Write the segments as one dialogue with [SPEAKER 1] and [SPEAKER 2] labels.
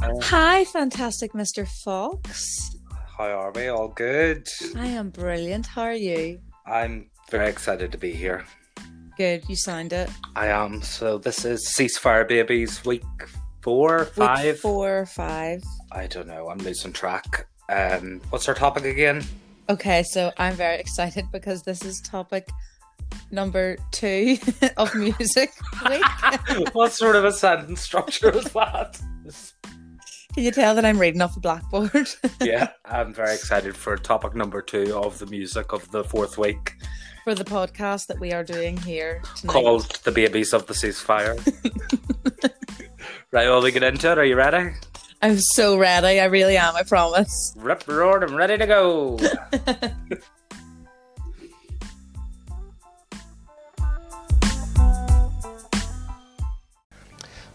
[SPEAKER 1] Hi, fantastic Mr. Fox.
[SPEAKER 2] How are we? All good?
[SPEAKER 1] I am brilliant. How are you?
[SPEAKER 2] I'm very excited to be here.
[SPEAKER 1] Good. You signed it.
[SPEAKER 2] I am. So this is Ceasefire Babies week four, five.
[SPEAKER 1] Week four, five.
[SPEAKER 2] I don't know. I'm losing track. Um, what's our topic again?
[SPEAKER 1] Okay, so I'm very excited because this is topic number two of music week.
[SPEAKER 2] what sort of a sentence structure is that?
[SPEAKER 1] Can you tell that I'm reading off a blackboard?
[SPEAKER 2] yeah, I'm very excited for topic number two of the music of the fourth week
[SPEAKER 1] for the podcast that we are doing here tonight.
[SPEAKER 2] called The Babies of the Ceasefire. right, well, we get into it. Are you ready?
[SPEAKER 1] I'm so ready. I really am. I promise.
[SPEAKER 2] Rip roared, I'm ready to go.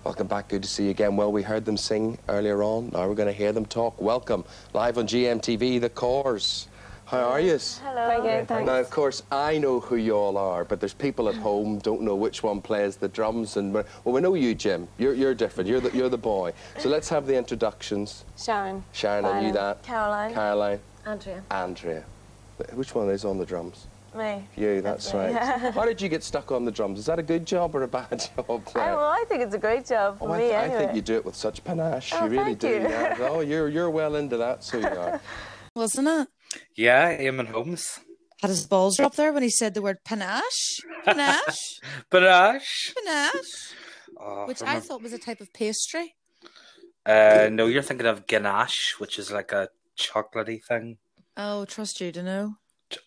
[SPEAKER 3] Welcome back. Good to see you again. Well, we heard them sing earlier on. Now we're going to hear them talk. Welcome. Live on GMTV, The Cores. How are yous?
[SPEAKER 4] Hello. Very good, thanks.
[SPEAKER 3] Now, of course, I know who you all are, but there's people at home don't know which one plays the drums. And well, we know you, Jim. You're, you're different. You're the, you're the boy. So let's have the introductions.
[SPEAKER 4] Sharon.
[SPEAKER 3] Sharon, I knew that.
[SPEAKER 4] Violet. Caroline.
[SPEAKER 3] Caroline.
[SPEAKER 4] Andrea.
[SPEAKER 3] Andrea. Which one is on the drums?
[SPEAKER 4] Me.
[SPEAKER 3] You. That's
[SPEAKER 4] me.
[SPEAKER 3] right. How did you get stuck on the drums? Is that a good job or a bad job?
[SPEAKER 4] Oh,
[SPEAKER 3] Claire?
[SPEAKER 4] well, I think it's a great job for
[SPEAKER 3] Oh, I,
[SPEAKER 4] me
[SPEAKER 3] th-
[SPEAKER 4] anyway.
[SPEAKER 3] I think you do it with such panache.
[SPEAKER 4] Oh,
[SPEAKER 3] you really
[SPEAKER 4] thank
[SPEAKER 3] do.
[SPEAKER 4] you.
[SPEAKER 3] Yeah. Oh, you're you're well into that, so you are.
[SPEAKER 1] Wasn't it?
[SPEAKER 2] yeah, Eamon Holmes.
[SPEAKER 1] Had his balls dropped there when he said the word panache. Panache.
[SPEAKER 2] Banash.
[SPEAKER 1] panache.
[SPEAKER 2] Oh,
[SPEAKER 1] Which I
[SPEAKER 2] remember-
[SPEAKER 1] thought was a type of pastry.
[SPEAKER 2] Uh, no, you're thinking of ganache, which is like a chocolatey thing.
[SPEAKER 1] Oh, trust you to know.
[SPEAKER 2] Ch-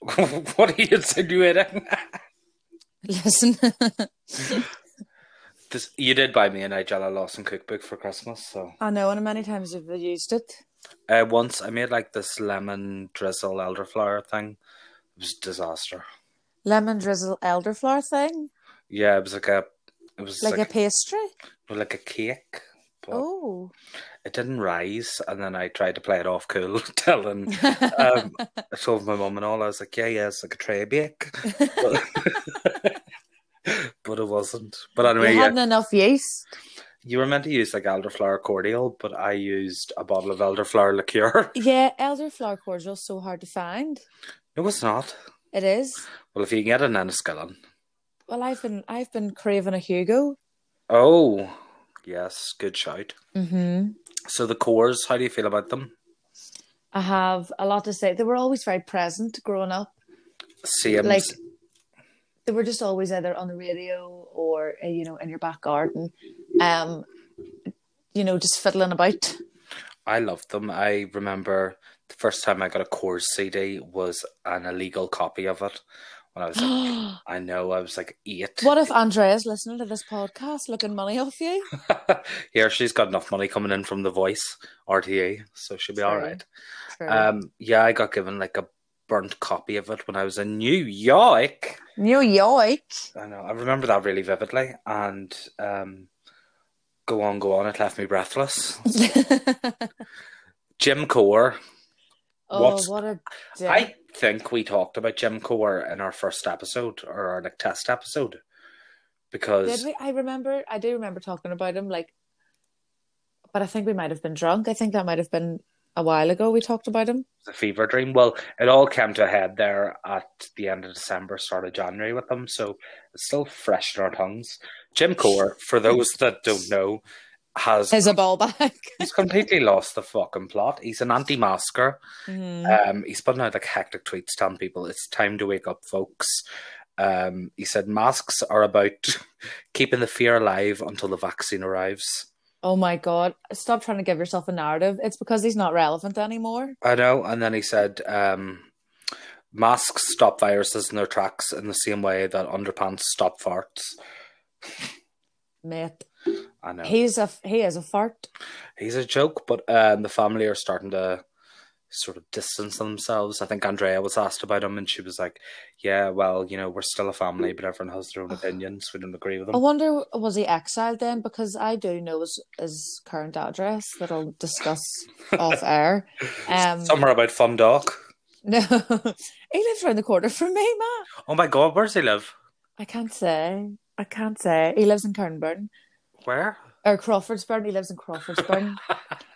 [SPEAKER 2] what are you insinuating?
[SPEAKER 1] Listen.
[SPEAKER 2] this, you did buy me a Nigella Lawson cookbook for Christmas, so
[SPEAKER 1] I know, and many times you've used it.
[SPEAKER 2] uh, once I made like this lemon drizzle elderflower thing. It was a disaster.
[SPEAKER 1] Lemon drizzle elderflower thing.
[SPEAKER 2] Yeah, it was like a, it was
[SPEAKER 1] like,
[SPEAKER 2] like,
[SPEAKER 1] a pastry.
[SPEAKER 2] well, like a cake. But
[SPEAKER 1] Oh,
[SPEAKER 2] It didn't rise, and then I tried to play it off cool, telling um, I told my mum and all. I was like, "Yeah, yeah, it's like a tray bake," but, but it wasn't. But
[SPEAKER 1] you
[SPEAKER 2] anyway, yeah.
[SPEAKER 1] hadn't enough yeast.
[SPEAKER 2] You were meant to use like elderflower cordial, but I used a bottle of elderflower liqueur.
[SPEAKER 1] Yeah, elderflower cordial so hard to find.
[SPEAKER 2] No, it's not.
[SPEAKER 1] It is.
[SPEAKER 2] Well, if you can get an Enniskillen.
[SPEAKER 1] Well, I've been I've been craving a Hugo.
[SPEAKER 2] Oh, yes, good shout.
[SPEAKER 1] Mm-hmm.
[SPEAKER 2] So the cores, how do you feel about them?
[SPEAKER 1] I have a lot to say. They were always very present growing up.
[SPEAKER 2] Same.
[SPEAKER 1] Like they were just always either on the radio or uh, you know in your back garden, um, you know just fiddling about.
[SPEAKER 2] I loved them. I remember the first time I got a cores CD was an illegal copy of it. When I was, like, I know, I was like eight.
[SPEAKER 1] what if Andrea's listening to this podcast, looking money off you?
[SPEAKER 2] Here, she's got enough money coming in from the Voice RTA, so she'll be all
[SPEAKER 1] True.
[SPEAKER 2] right. Um, yeah, I got given like a burnt copy of it when I was in New York.
[SPEAKER 1] New York.
[SPEAKER 2] I know, I remember that really vividly. And um, go on, go on, it left me breathless. Jim Core.
[SPEAKER 1] oh,
[SPEAKER 2] What's-
[SPEAKER 1] what a dick.
[SPEAKER 2] I think we talked about Jim Core in our first episode or our like test episode
[SPEAKER 1] Did
[SPEAKER 2] because
[SPEAKER 1] we? I remember. I do remember talking about him. Like, but I think we might have been drunk. I think that might have been a while ago. We talked about him.
[SPEAKER 2] the fever dream. Well, it all came to a head there at the end of December, start of January with them, so it's still fresh in our tongues. Jim Core, for those that don't know, has
[SPEAKER 1] Is a ball back.
[SPEAKER 2] he's completely lost the fucking plot. He's an anti-masker.
[SPEAKER 1] Hmm.
[SPEAKER 2] Um, he's putting out like hectic tweets telling people it's time to wake up, folks. Um, he said masks are about keeping the fear alive until the vaccine arrives.
[SPEAKER 1] Oh my god! Stop trying to give yourself a narrative. It's because he's not relevant anymore.
[SPEAKER 2] I know. And then he said, um, masks stop viruses in their tracks in the same way that underpants stop farts.
[SPEAKER 1] Mate,
[SPEAKER 2] I know.
[SPEAKER 1] he's a he is a fart.
[SPEAKER 2] he's a joke, but um, the family are starting to sort of distance themselves. I think Andrea was asked about him, and she was like, "Yeah, well, you know, we're still a family, but everyone has their own opinions. We don't agree with
[SPEAKER 1] I
[SPEAKER 2] them."
[SPEAKER 1] wonder was he exiled then? Because I do know his, his current address that I'll discuss off air. Um,
[SPEAKER 2] Somewhere about Dog.
[SPEAKER 1] no, he lives around the corner from me, ma.
[SPEAKER 2] Oh my God, where does he live?
[SPEAKER 1] I can't say. I can't say. He lives in Kernburn.
[SPEAKER 2] Where?
[SPEAKER 1] or Crawfordsburn. He lives in Crawfordsburn.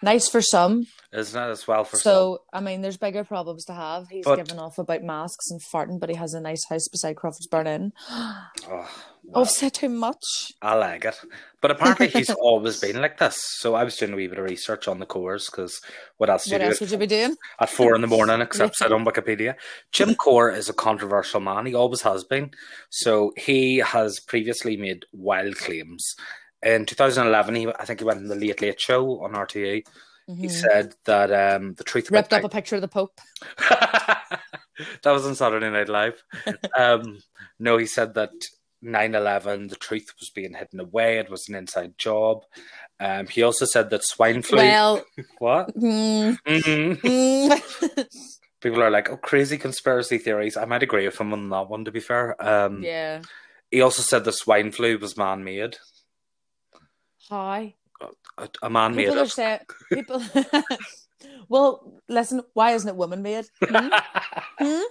[SPEAKER 1] nice for some.
[SPEAKER 2] Isn't it as well for
[SPEAKER 1] so, I mean, there's bigger problems to have. He's
[SPEAKER 2] But-
[SPEAKER 1] given off about masks and farting, but he has a nice house beside Crawfordsburn Inn.
[SPEAKER 2] some? Oh,
[SPEAKER 1] Oh,
[SPEAKER 2] well,
[SPEAKER 1] I've said too much.
[SPEAKER 2] I like it. But apparently he's always been like this. So I was doing a wee bit of research on the Coors because what else do
[SPEAKER 1] What
[SPEAKER 2] you
[SPEAKER 1] else
[SPEAKER 2] do
[SPEAKER 1] would you be doing?
[SPEAKER 2] at four in the morning except sit on Wikipedia? Jim Core is a controversial man. He always has been. So he has previously made wild claims. In 2011, he, I think he went on the Late Late Show on RTE. He
[SPEAKER 1] Mhm.
[SPEAKER 2] said that um, the truth about
[SPEAKER 1] Ripped up a picture of the Pope.
[SPEAKER 2] that was on Saturday Night Live. Um, no, he said that 9 11, the truth was being hidden away. It was an inside job. Um, he also said that swine flu.
[SPEAKER 1] Well,
[SPEAKER 2] what?
[SPEAKER 1] mm,
[SPEAKER 2] Mhm.
[SPEAKER 1] mm.
[SPEAKER 2] People are like, oh, crazy conspiracy theories. I might agree with him on that one, to be fair. Um,
[SPEAKER 1] yeah.
[SPEAKER 2] He also said the swine flu was man made.
[SPEAKER 1] Hi.
[SPEAKER 2] A, a man made
[SPEAKER 1] People are
[SPEAKER 2] it.
[SPEAKER 1] saying people. well, listen. Why isn't it woman made? Hmm? Hmm?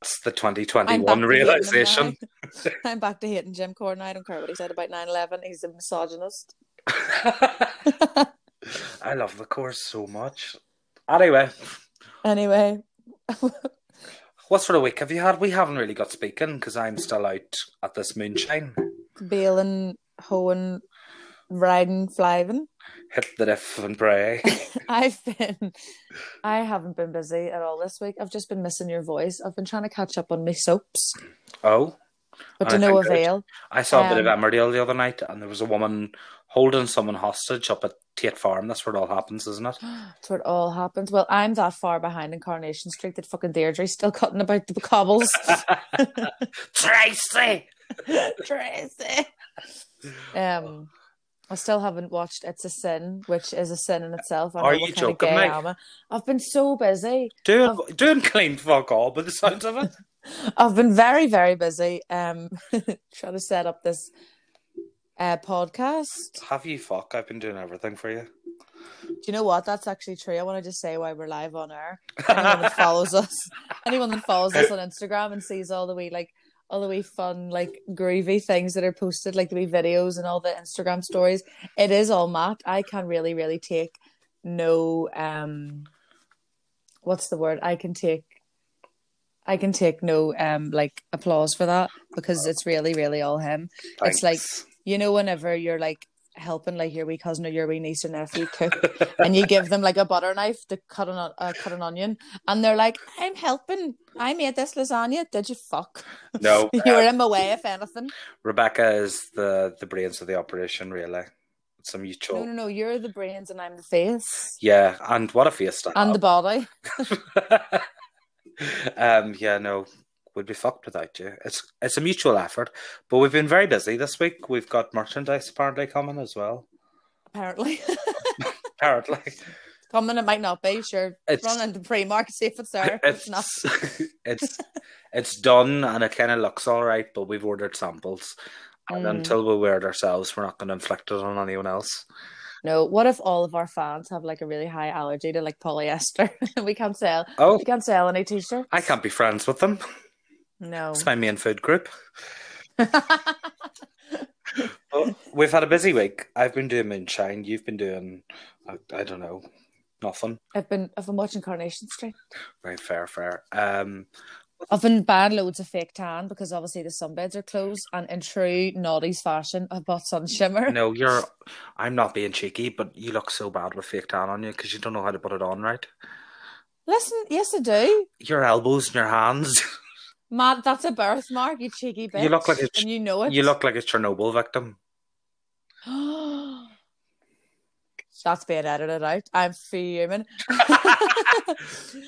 [SPEAKER 2] That's the
[SPEAKER 1] I'm
[SPEAKER 2] 2021
[SPEAKER 1] back to hating him
[SPEAKER 2] realization.
[SPEAKER 1] now. I'm back to hating Jim Corn. I don't care what he said about 9/11. He's a misogynist.
[SPEAKER 2] I love the course so much. Anyway,
[SPEAKER 1] Anyway,
[SPEAKER 2] What sort of week have you had? We haven't really got speaking because I'm still out at this moonshine.
[SPEAKER 1] bailing, hoeing, riding, flying.
[SPEAKER 2] Hit the diff and pray.
[SPEAKER 1] I've been, I haven't been busy at all this week. I've just been missing your voice. I've been trying to catch up on my soaps,
[SPEAKER 2] oh,
[SPEAKER 1] but
[SPEAKER 2] I
[SPEAKER 1] to no
[SPEAKER 2] think it-
[SPEAKER 1] avail.
[SPEAKER 2] I saw a bit of
[SPEAKER 1] Um,
[SPEAKER 2] Emmerdale the other night and there was a woman holding someone hostage up at Tate Farm. That's where it all happens, isn't it?
[SPEAKER 1] That's where it all happens. Well, I'm that far behind in Coronation Street that fucking Deirdre's still cutting about the cobbles.
[SPEAKER 2] Tracy!
[SPEAKER 1] Tracy. Um, I still haven't watched It's a Sin, which is a sin in itself. I
[SPEAKER 2] Are
[SPEAKER 1] know what kind
[SPEAKER 2] you
[SPEAKER 1] of
[SPEAKER 2] joking
[SPEAKER 1] gay
[SPEAKER 2] me?
[SPEAKER 1] I am. I've been so busy.
[SPEAKER 2] Doing,
[SPEAKER 1] Oh.
[SPEAKER 2] doing clean fuck all by the sounds of it.
[SPEAKER 1] I've been very, very busy. Um, trying to set up this uh podcast.
[SPEAKER 2] Have you fuck? I've been doing everything for you.
[SPEAKER 1] Do you know what? That's actually true. I want to just say why we're live on air. Anyone that follows us, anyone that follows us on Instagram and sees all the wee like all the wee fun like groovy things that are posted, like the wee videos and all the Instagram stories. It is all Matt. I can really, really take no um, what's the word? I can take. I can take no um like applause for that because it's really, really all him. It's like-
[SPEAKER 2] Thanks.
[SPEAKER 1] You know, whenever you're like helping like your wee cousin or your wee niece or nephew cook and you give them like a butter knife to cut an uh, cut an onion, and they're like, "I'm helping. I made this lasagna. Did you fuck?
[SPEAKER 2] no. uh,
[SPEAKER 1] you were in my way, if anything.
[SPEAKER 2] Rebecca is the, the brains of the operation, really. It's a mutual.
[SPEAKER 1] No, no, no. You're the brains, and I'm the face
[SPEAKER 2] Yeah, and what a face that
[SPEAKER 1] and the body.
[SPEAKER 2] um, yeah, no, we'd be fucked without you. It's it's a mutual effort, but we've been very busy this week. We've got merchandise apparently coming as well.
[SPEAKER 1] Apparently,
[SPEAKER 2] Apparently,
[SPEAKER 1] coming it might not be. Sure,
[SPEAKER 2] It's-
[SPEAKER 1] run into pre-mark, see if it's there. It's, not.
[SPEAKER 2] it's it's it's done and it kind of looks all right, but we've ordered samples. And
[SPEAKER 1] Mm.
[SPEAKER 2] until we wear it ourselves, we're not going to inflict it on anyone else.
[SPEAKER 1] No. What if all of our fans have like a really high allergy to like polyester? we can't sell.
[SPEAKER 2] Oh,
[SPEAKER 1] We can't sell any t-shirt.
[SPEAKER 2] I can't be friends with them.
[SPEAKER 1] No.
[SPEAKER 2] It's my main food group. Well, we've had a busy week. I've been doing moonshine. You've been doing, I, I don't know, nothing.
[SPEAKER 1] I've been I've been watching Coronation Street.
[SPEAKER 2] Right, fair, fair. Um,
[SPEAKER 1] I've been buying loads of fake tan because obviously the sunbeds are closed, and in true naughty's fashion, I bought sun shimmer.
[SPEAKER 2] no, you're. I'm not being cheeky, but you look so bad with fake tan on you because you don't know how to put it on right.
[SPEAKER 1] Listen, yes, I do.
[SPEAKER 2] Your elbows and your hands.
[SPEAKER 1] Matt, that's a birthmark, you cheeky bitch.
[SPEAKER 2] You look like a ch-
[SPEAKER 1] and you know it.
[SPEAKER 2] you look like a Chernobyl victim.
[SPEAKER 1] that's being edited out. I'm fuming.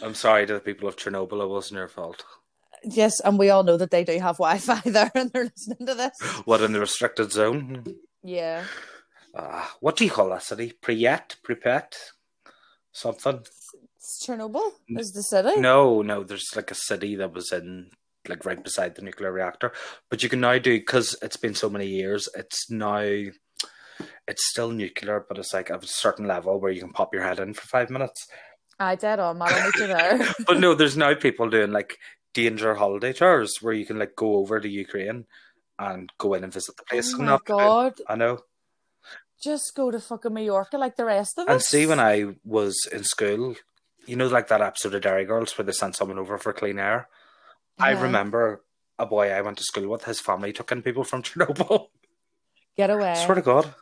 [SPEAKER 2] I'm sorry to the people of Chernobyl. It wasn't your fault.
[SPEAKER 1] yes, and we all know that they do have Wi-Fi there, and they're listening to this.
[SPEAKER 2] What in the restricted zone?
[SPEAKER 1] Yeah,
[SPEAKER 2] Uh, what do you call that city? Priet, Pripet, something.
[SPEAKER 1] it's Chernobyl is the city.
[SPEAKER 2] No, no, there's like a city that was in like right beside the nuclear reactor, but you can now do because it's been so many years. It's now it's still nuclear, but it's like at a certain level where you can pop your head in for five minutes.
[SPEAKER 1] I dead on. Matt, I'll meet you there.
[SPEAKER 2] But no, there's now people doing like danger holiday tours where you can like go over to Ukraine and go in and visit the place.
[SPEAKER 1] oh
[SPEAKER 2] and
[SPEAKER 1] my
[SPEAKER 2] not-
[SPEAKER 1] god,
[SPEAKER 2] I know.
[SPEAKER 1] Just go to fucking Mallorca like the rest of us.
[SPEAKER 2] And see, when I was in school, you know, like that episode of Dairy Girls where they sent someone over for clean air. I
[SPEAKER 1] Yeah.
[SPEAKER 2] remember a boy I went to school with. His family took in people from Chernobyl.
[SPEAKER 1] get away.
[SPEAKER 2] Swear to God.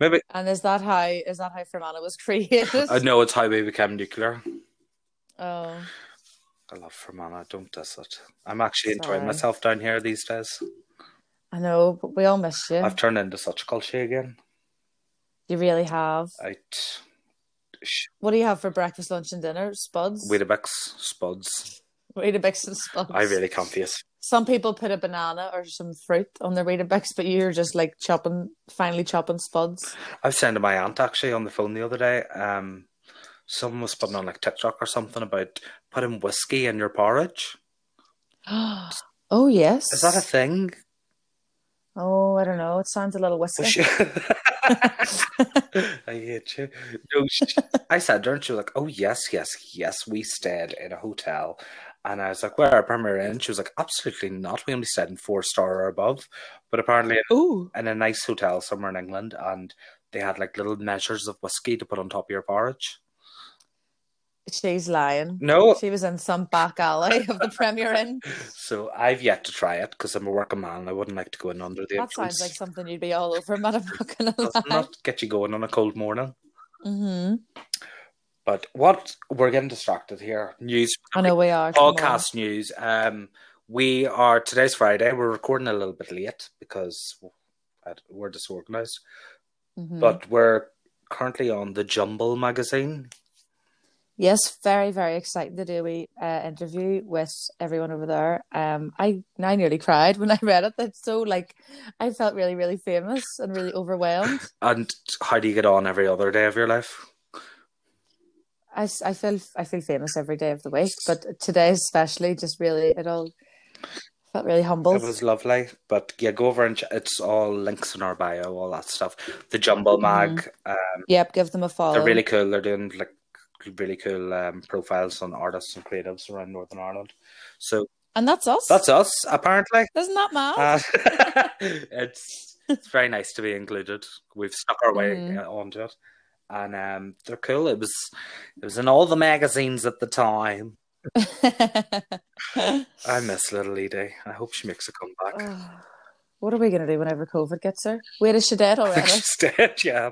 [SPEAKER 2] Maybe
[SPEAKER 1] And is that how is that how Fermanagh was created?
[SPEAKER 2] I know it's how we became nuclear.
[SPEAKER 1] Oh,
[SPEAKER 2] I love Fermanagh. Don't diss it. I'm actually enjoying
[SPEAKER 1] Sorry.
[SPEAKER 2] myself down here these days.
[SPEAKER 1] I know, but we all miss you.
[SPEAKER 2] I've turned into such culture again.
[SPEAKER 1] You really have.
[SPEAKER 2] Out. Sh-
[SPEAKER 1] What do you have for breakfast, lunch, and dinner? Spuds.
[SPEAKER 2] Weetabix, spuds.
[SPEAKER 1] Weetabix and spuds.
[SPEAKER 2] I really can't face.
[SPEAKER 1] Some people put a banana or some fruit on their Weetabix, but you're just like chopping, finally chopping spuds.
[SPEAKER 2] I was saying to my aunt actually on the phone the other day. Um, someone was putting on like TikTok or something about putting whiskey in your porridge.
[SPEAKER 1] oh yes.
[SPEAKER 2] Is that a thing?
[SPEAKER 1] Oh, I don't know. It sounds a little whiskey.
[SPEAKER 2] She- I hate you. No, she, I said, "Aren't you like?" Oh yes, yes, yes. We stayed in a hotel, and I was like, "Where are Premier Inn?" She was like, "Absolutely not. We only stayed in four star or above." But apparently,
[SPEAKER 1] Ooh.
[SPEAKER 2] in a nice hotel somewhere in England, and they had like little measures of whiskey to put on top of your porridge.
[SPEAKER 1] She's lying.
[SPEAKER 2] No,
[SPEAKER 1] She was in some back alley of the Premier Inn.
[SPEAKER 2] so I've yet to try it because I'm a working man. and I wouldn't like to go in under the
[SPEAKER 1] That sounds like
[SPEAKER 2] influence.
[SPEAKER 1] something you'd be all over. I'm not fucking
[SPEAKER 2] Doesn't
[SPEAKER 1] lie.
[SPEAKER 2] that get you going on a cold morning?
[SPEAKER 1] Mm-hmm.
[SPEAKER 2] But what we're getting distracted here. News
[SPEAKER 1] I know we are. come on.
[SPEAKER 2] podcast news. Um, we are today's Friday. We're recording a little bit late because we're disorganized,
[SPEAKER 1] Mhm.
[SPEAKER 2] but we're currently on the Jumble magazine.
[SPEAKER 1] Yes, very, very excited to do a wee, uh, interview with everyone over there. Um, I I nearly cried when I read it. That's so like, I felt really, really famous and really overwhelmed.
[SPEAKER 2] And how do you get on every other day of your life?
[SPEAKER 1] I, s- I feel I feel famous every day of the week, but today especially, just really it all felt really humbled.
[SPEAKER 2] It was lovely, but yeah, go over and ch- it's all links in our bio, all that stuff. The Jumble mag, um,
[SPEAKER 1] Yep, give them a follow.
[SPEAKER 2] they're really cool. They're doing like really cool um, profiles on artists and creatives around Northern Ireland. So
[SPEAKER 1] and that's us.
[SPEAKER 2] that's us, apparently.
[SPEAKER 1] Isn't that mad?
[SPEAKER 2] Uh, it's it's very nice to be included. We've stuck our way
[SPEAKER 1] Mhm.
[SPEAKER 2] uh onto it, and um, they're cool. It was it was in all the magazines at the time. I miss little Edie. I hope she makes a comeback.
[SPEAKER 1] Oh, what are we gonna do whenever COVID gets here? Where is she dead
[SPEAKER 2] I think
[SPEAKER 1] already?
[SPEAKER 2] she's dead. Yeah,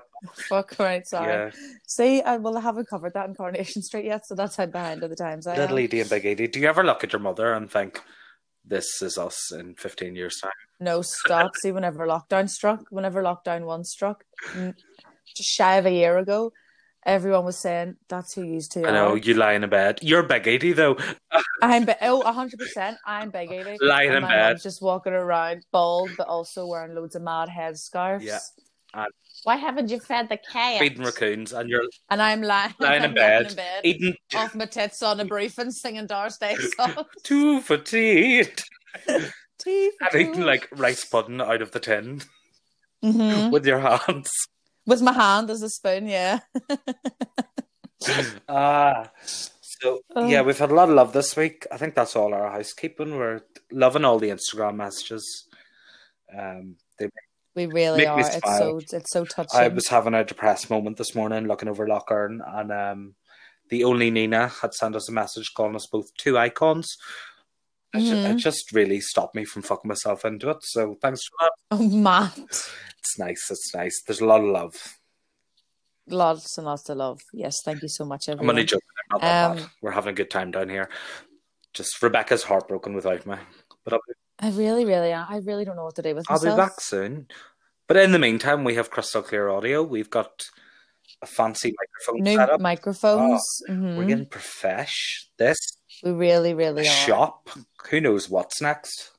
[SPEAKER 1] Fuck right, Oh, sorry.
[SPEAKER 2] yeah.
[SPEAKER 1] See, I well I haven't covered that in Coronation Street yet, so that's how behind of the times I
[SPEAKER 2] Little
[SPEAKER 1] am.
[SPEAKER 2] Edie and Big Edie. Do you ever look at your mother and think, "This is us in fifteen years' time"?
[SPEAKER 1] um, No stop. See, whenever lockdown struck, whenever lockdown one struck, n- just shy of a year ago, everyone was saying that's who used to.
[SPEAKER 2] I know you lie in a bed. You're Big Edie though.
[SPEAKER 1] I'm be- oh, hundred percent. I'm big eighty.
[SPEAKER 2] Lying
[SPEAKER 1] And
[SPEAKER 2] in
[SPEAKER 1] my
[SPEAKER 2] bed.
[SPEAKER 1] mum's just walking around bald, but also wearing loads of mad head scarves.
[SPEAKER 2] Yeah. And-
[SPEAKER 1] Why haven't you fed the cat?
[SPEAKER 2] Feeding raccoons, and you're
[SPEAKER 1] And I'm lying,
[SPEAKER 2] lying in
[SPEAKER 1] I'm
[SPEAKER 2] bed,
[SPEAKER 1] in bed
[SPEAKER 2] eating
[SPEAKER 1] off my tits on a briefing, singing Doris Day songs.
[SPEAKER 2] too fatigued.
[SPEAKER 1] Tea for
[SPEAKER 2] and eating
[SPEAKER 1] two.
[SPEAKER 2] like rice pudding out of the tin
[SPEAKER 1] Mhm.
[SPEAKER 2] with your hands.
[SPEAKER 1] with my hand as a spoon. Yeah.
[SPEAKER 2] ah, so
[SPEAKER 1] Oh.
[SPEAKER 2] yeah, we've had a lot of love this week. I think that's all our housekeeping. We're loving all the Instagram messages. Um, they,
[SPEAKER 1] We really
[SPEAKER 2] Make me
[SPEAKER 1] are. It's so
[SPEAKER 2] smile.
[SPEAKER 1] it's so touching.
[SPEAKER 2] I was having a depressed moment this morning, looking over Lockern, and um, the only Nina had sent us a message calling us both two icons. It, ju-
[SPEAKER 1] Mhm.
[SPEAKER 2] it just really stopped me from fucking myself into it. So thanks for that.
[SPEAKER 1] Oh, mad.
[SPEAKER 2] It's nice. It's nice. There's a lot of love.
[SPEAKER 1] Lots and lots of love. Yes, thank you so much,
[SPEAKER 2] I'm
[SPEAKER 1] everyone.
[SPEAKER 2] only joking. I'm not that
[SPEAKER 1] Um,
[SPEAKER 2] bad. We're having a good time down here. Just Rebecca's heartbroken without me, but I'll, be-
[SPEAKER 1] I really, really am. I really don't know what to do with
[SPEAKER 2] I'll
[SPEAKER 1] myself.
[SPEAKER 2] be back soon. But in the meantime, we have crystal clear audio. We've got a fancy microphone
[SPEAKER 1] New
[SPEAKER 2] set up. Ah,
[SPEAKER 1] microphones. Mhm.
[SPEAKER 2] We're getting profesh. This
[SPEAKER 1] We really,
[SPEAKER 2] a
[SPEAKER 1] really are.
[SPEAKER 2] shop. Who knows what's next?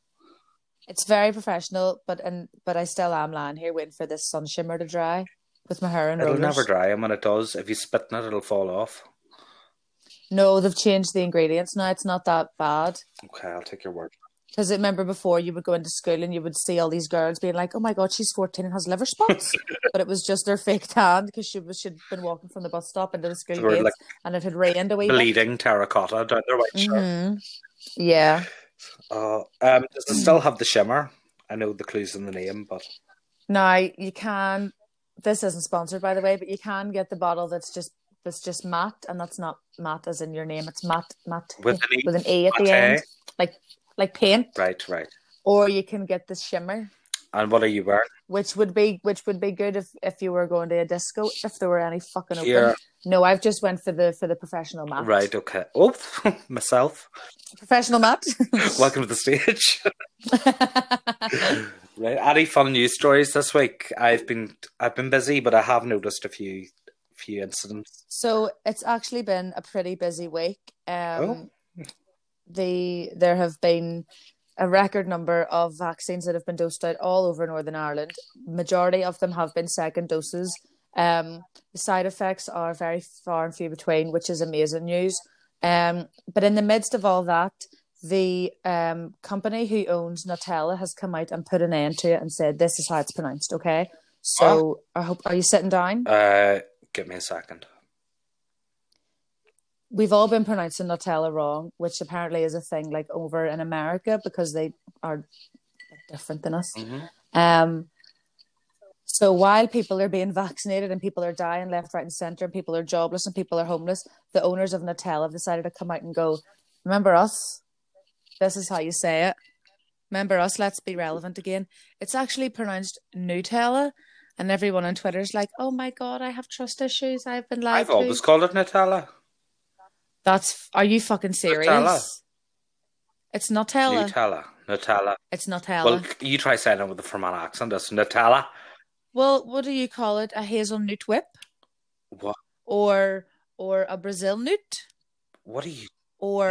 [SPEAKER 1] It's very professional, but and but I still am lying here waiting for this sun shimmer to dry with my hair and
[SPEAKER 2] It'll
[SPEAKER 1] rollers.
[SPEAKER 2] never dry, and when it does, if you spit in it, it'll fall off.
[SPEAKER 1] No, they've changed the ingredients now. It's not that bad.
[SPEAKER 2] Okay, I'll take your word.
[SPEAKER 1] Because remember before you would go into school and you would see all these girls being like, "Oh my god, she's fourteen and has liver spots," but it was just their fake tan because she was she'd been walking from the bus stop into the school
[SPEAKER 2] They were,
[SPEAKER 1] gates
[SPEAKER 2] like,
[SPEAKER 1] and it had rained a wee bit.
[SPEAKER 2] Bleeding terracotta down their white shirt.
[SPEAKER 1] hmm Yeah,
[SPEAKER 2] Uh, um, does it still have the shimmer? I know the clues in the name, but
[SPEAKER 1] now you can this isn't sponsored by the way, but you can get the bottle that's just that's just matte, and that's not matte as in your name. It's matte matte
[SPEAKER 2] With an E.
[SPEAKER 1] with an A at the
[SPEAKER 2] Matte.
[SPEAKER 1] end, like like paint.
[SPEAKER 2] Right, right.
[SPEAKER 1] Or you can get the shimmer,
[SPEAKER 2] And what are you wearing?
[SPEAKER 1] which would be which would be good if if you were going to a disco if there were any fucking open.
[SPEAKER 2] Yeah.
[SPEAKER 1] No, I've just went for the for the professional matte.
[SPEAKER 2] Right, okay. Oh, myself.
[SPEAKER 1] Professional matte.
[SPEAKER 2] Welcome to the stage. Right, any fun news stories this week? I've been I've been busy, but I have noticed a few few incidents.
[SPEAKER 1] so it's actually been a pretty busy week. Um,
[SPEAKER 2] Oh.
[SPEAKER 1] the there have been a record number of vaccines that have been dosed out all over Northern Ireland. Majority of them have been second doses. Um, the side effects are very far and few between, which is amazing news. Um, but in the midst of all that, the um, company who owns Nutella has come out and put an end to it and said, "This is how it's pronounced." Okay, so I hope are you sitting down?
[SPEAKER 2] Uh give me a second.
[SPEAKER 1] we've all been pronouncing Nutella wrong, which apparently is a thing like over in America because they are different than us.
[SPEAKER 2] Mhm.
[SPEAKER 1] Um, so while people are being vaccinated and people are dying left, right, and center, and people are jobless and people are homeless, the owners of Nutella have decided to come out and go, "Remember us? This is how you say it. Remember us? Let's be relevant again." It's actually pronounced Nutella. And everyone on Twitter is like, "Oh my god, I have trust issues. I've been lied
[SPEAKER 2] I've
[SPEAKER 1] to."
[SPEAKER 2] always called it Nutella.
[SPEAKER 1] That's are you fucking serious?
[SPEAKER 2] Nutella.
[SPEAKER 1] It's Nutella.
[SPEAKER 2] Nutella. Nutella.
[SPEAKER 1] it's Nutella.
[SPEAKER 2] Well,
[SPEAKER 1] Well,
[SPEAKER 2] you try saying it with a Fermanagh accent. It's Nutella.
[SPEAKER 1] what do you call it? A hazelnut whip
[SPEAKER 2] What?
[SPEAKER 1] or or a Brazil nut
[SPEAKER 2] What are you?
[SPEAKER 1] or